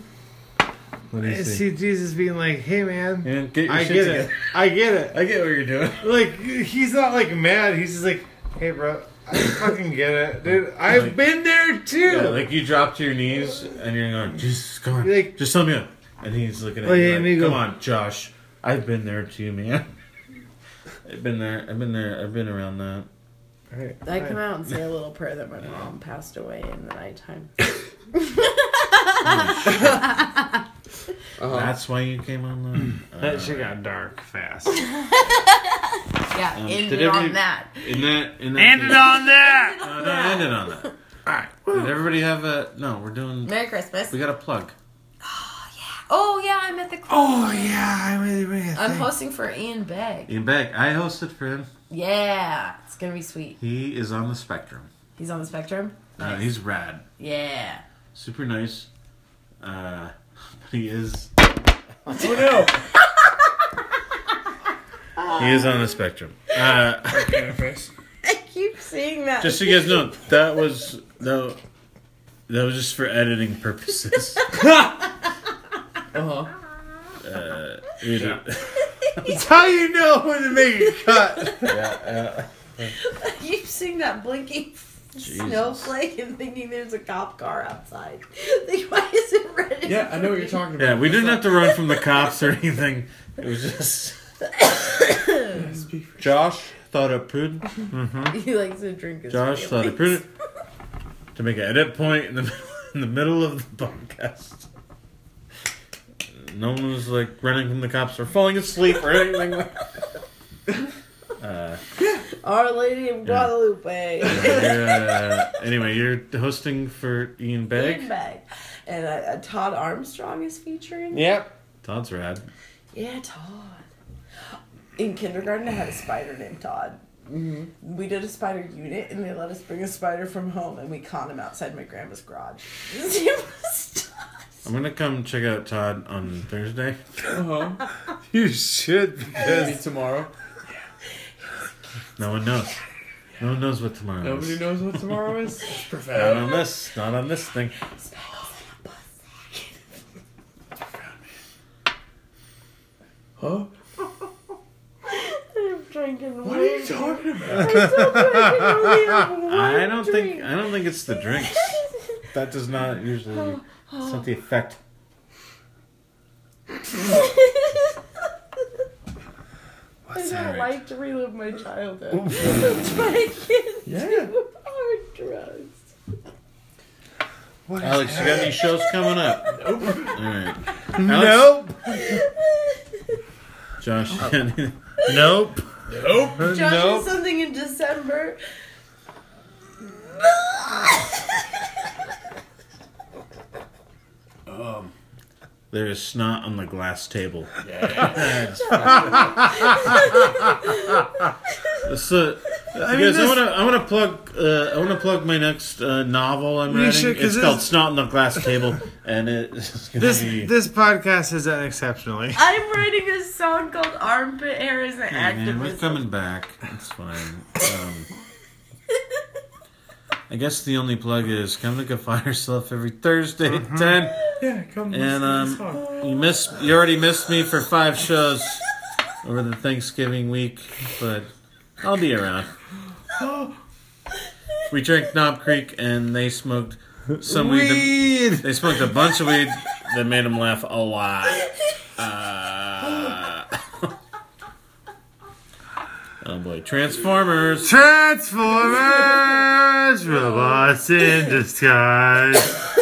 Speaker 4: Let me
Speaker 1: I see Jesus being like, "Hey, man,
Speaker 4: Yeah, get your
Speaker 1: I
Speaker 4: shit
Speaker 1: get it.
Speaker 4: together.
Speaker 1: I get it."
Speaker 4: I get what you're doing.
Speaker 1: Like he's not like mad. He's just like, "Hey, bro, I fucking get it, dude. I've
Speaker 4: Like-
Speaker 1: been there too."
Speaker 4: Yeah, like you drop to your knees and you're going, Jesus, come on,
Speaker 1: Like-
Speaker 4: just help me up. Oh, And he's looking at
Speaker 1: Oye,
Speaker 4: you like,
Speaker 1: amigo.
Speaker 4: come on, Josh, I've been there too, man. I've been there. I've been there. I've been around that.
Speaker 1: All right,
Speaker 2: I
Speaker 1: all
Speaker 2: come
Speaker 1: right.
Speaker 2: out and say a little prayer that my mom passed away in the nighttime.
Speaker 3: Uh-huh.
Speaker 4: That's why you came on the. uh,
Speaker 1: That shit got dark fast.
Speaker 2: Yeah,
Speaker 4: Um,
Speaker 2: ended
Speaker 4: did every-
Speaker 2: on that.
Speaker 4: in that. In that.
Speaker 1: Ended on that.
Speaker 4: No, no, end it on that. All right. Did everybody have a? No, we're doing.
Speaker 2: Merry Christmas.
Speaker 4: We got a plug.
Speaker 2: Oh yeah, I'm at the.
Speaker 1: Oh yeah, I'm really bringing. a
Speaker 2: I'm
Speaker 1: thing.
Speaker 2: hosting for Ian Beck.
Speaker 4: Ian Beck. I hosted for him.
Speaker 2: Yeah, it's gonna be sweet.
Speaker 4: He is on the spectrum.
Speaker 2: He's on the spectrum.
Speaker 4: Uh, he's rad.
Speaker 2: Yeah.
Speaker 4: Super nice. Uh, but he is.
Speaker 3: Oh no!
Speaker 4: He is on the spectrum. Uh,
Speaker 3: Okay, face.
Speaker 2: I keep seeing that.
Speaker 4: just so you guys know, that was that, that was just for editing purposes.
Speaker 3: Uh huh.
Speaker 4: Uh, you know.
Speaker 1: It's how you know when to make a cut.
Speaker 2: I keep seeing that blinking
Speaker 4: Jesus.
Speaker 2: snowflake and thinking there's a cop car outside. Like, why is it red? and
Speaker 3: Yeah, I know what you're
Speaker 2: green?
Speaker 3: talking about.
Speaker 4: yeah, we didn't have to run from the cops or anything. It was just Josh thought it prudent.
Speaker 2: He likes to drink his
Speaker 4: Josh thought it
Speaker 2: feelings.
Speaker 4: prudent to make an edit point in the in the middle of the podcast. No one was like running from the cops or falling asleep or anything. like Uh,
Speaker 2: Our Lady of Guadalupe.
Speaker 4: you're, uh, anyway, you're hosting for Ian
Speaker 2: Ian
Speaker 4: Beck.
Speaker 2: Beck. And uh, Todd Armstrong is featuring.
Speaker 1: Yep.
Speaker 4: Todd's rad.
Speaker 2: Yeah, Todd. In kindergarten, I had a spider named Todd. We did a spider unit, and they let us bring a spider from home, and we caught him outside my grandma's garage. His name was Todd.
Speaker 4: I'm gonna come check out Todd on Thursday.
Speaker 3: Uh
Speaker 4: Uh-huh.
Speaker 3: huh.
Speaker 1: You should
Speaker 3: Maybe
Speaker 1: because
Speaker 3: tomorrow.
Speaker 4: No one knows. No one knows what tomorrow
Speaker 3: Nobody
Speaker 4: is.
Speaker 3: knows what tomorrow is. It's
Speaker 4: Not
Speaker 3: prophetic.
Speaker 4: on this. Not on this thing.
Speaker 3: Huh?
Speaker 2: I'm drinking
Speaker 3: What are you talking about?
Speaker 4: I don't think. I don't think it's the drinks. That does not usually. It's not the effect.
Speaker 2: I don't
Speaker 4: Alright.
Speaker 2: like to relive my childhood. That's why I can't
Speaker 3: Yeah.
Speaker 2: do hard drugs.
Speaker 1: what is
Speaker 4: Alex, you got any shows coming up? Nope. All right. Alex,
Speaker 1: Nope.
Speaker 4: Josh. you got any- nope.
Speaker 3: Nope.
Speaker 2: Josh
Speaker 1: Nope.
Speaker 2: has something in December.
Speaker 5: Um.
Speaker 4: There is snot on the glass table.
Speaker 3: Yeah.
Speaker 4: This, uh,
Speaker 5: I mean,
Speaker 4: Because I
Speaker 5: this,
Speaker 4: want to, I want to plug, uh, I want to plug my next uh, novel I'm
Speaker 5: You
Speaker 4: writing.
Speaker 5: should, 'cause
Speaker 4: it's called
Speaker 5: this-
Speaker 4: Snot on the Glass Table, and it's gonna
Speaker 1: This
Speaker 4: be.
Speaker 1: this podcast has done exceptionally.
Speaker 2: I'm writing a song called Armpit Hair is an
Speaker 4: Hey, man, we're
Speaker 2: Activist.
Speaker 4: coming back. It's fine. Um, I guess the only plug is come to go find yourself every Thursday at ten.
Speaker 3: Yeah, come
Speaker 4: And
Speaker 3: listen to this
Speaker 4: um,
Speaker 3: song.
Speaker 4: you missed, you already missed me for five shows over the Thanksgiving week, but I'll be around. We drank Knob Creek, and they smoked some weed. that- They smoked a bunch of weed that made them laugh a lot. Uh, oh boy, Transformers.
Speaker 1: Transformers, robots in disguise.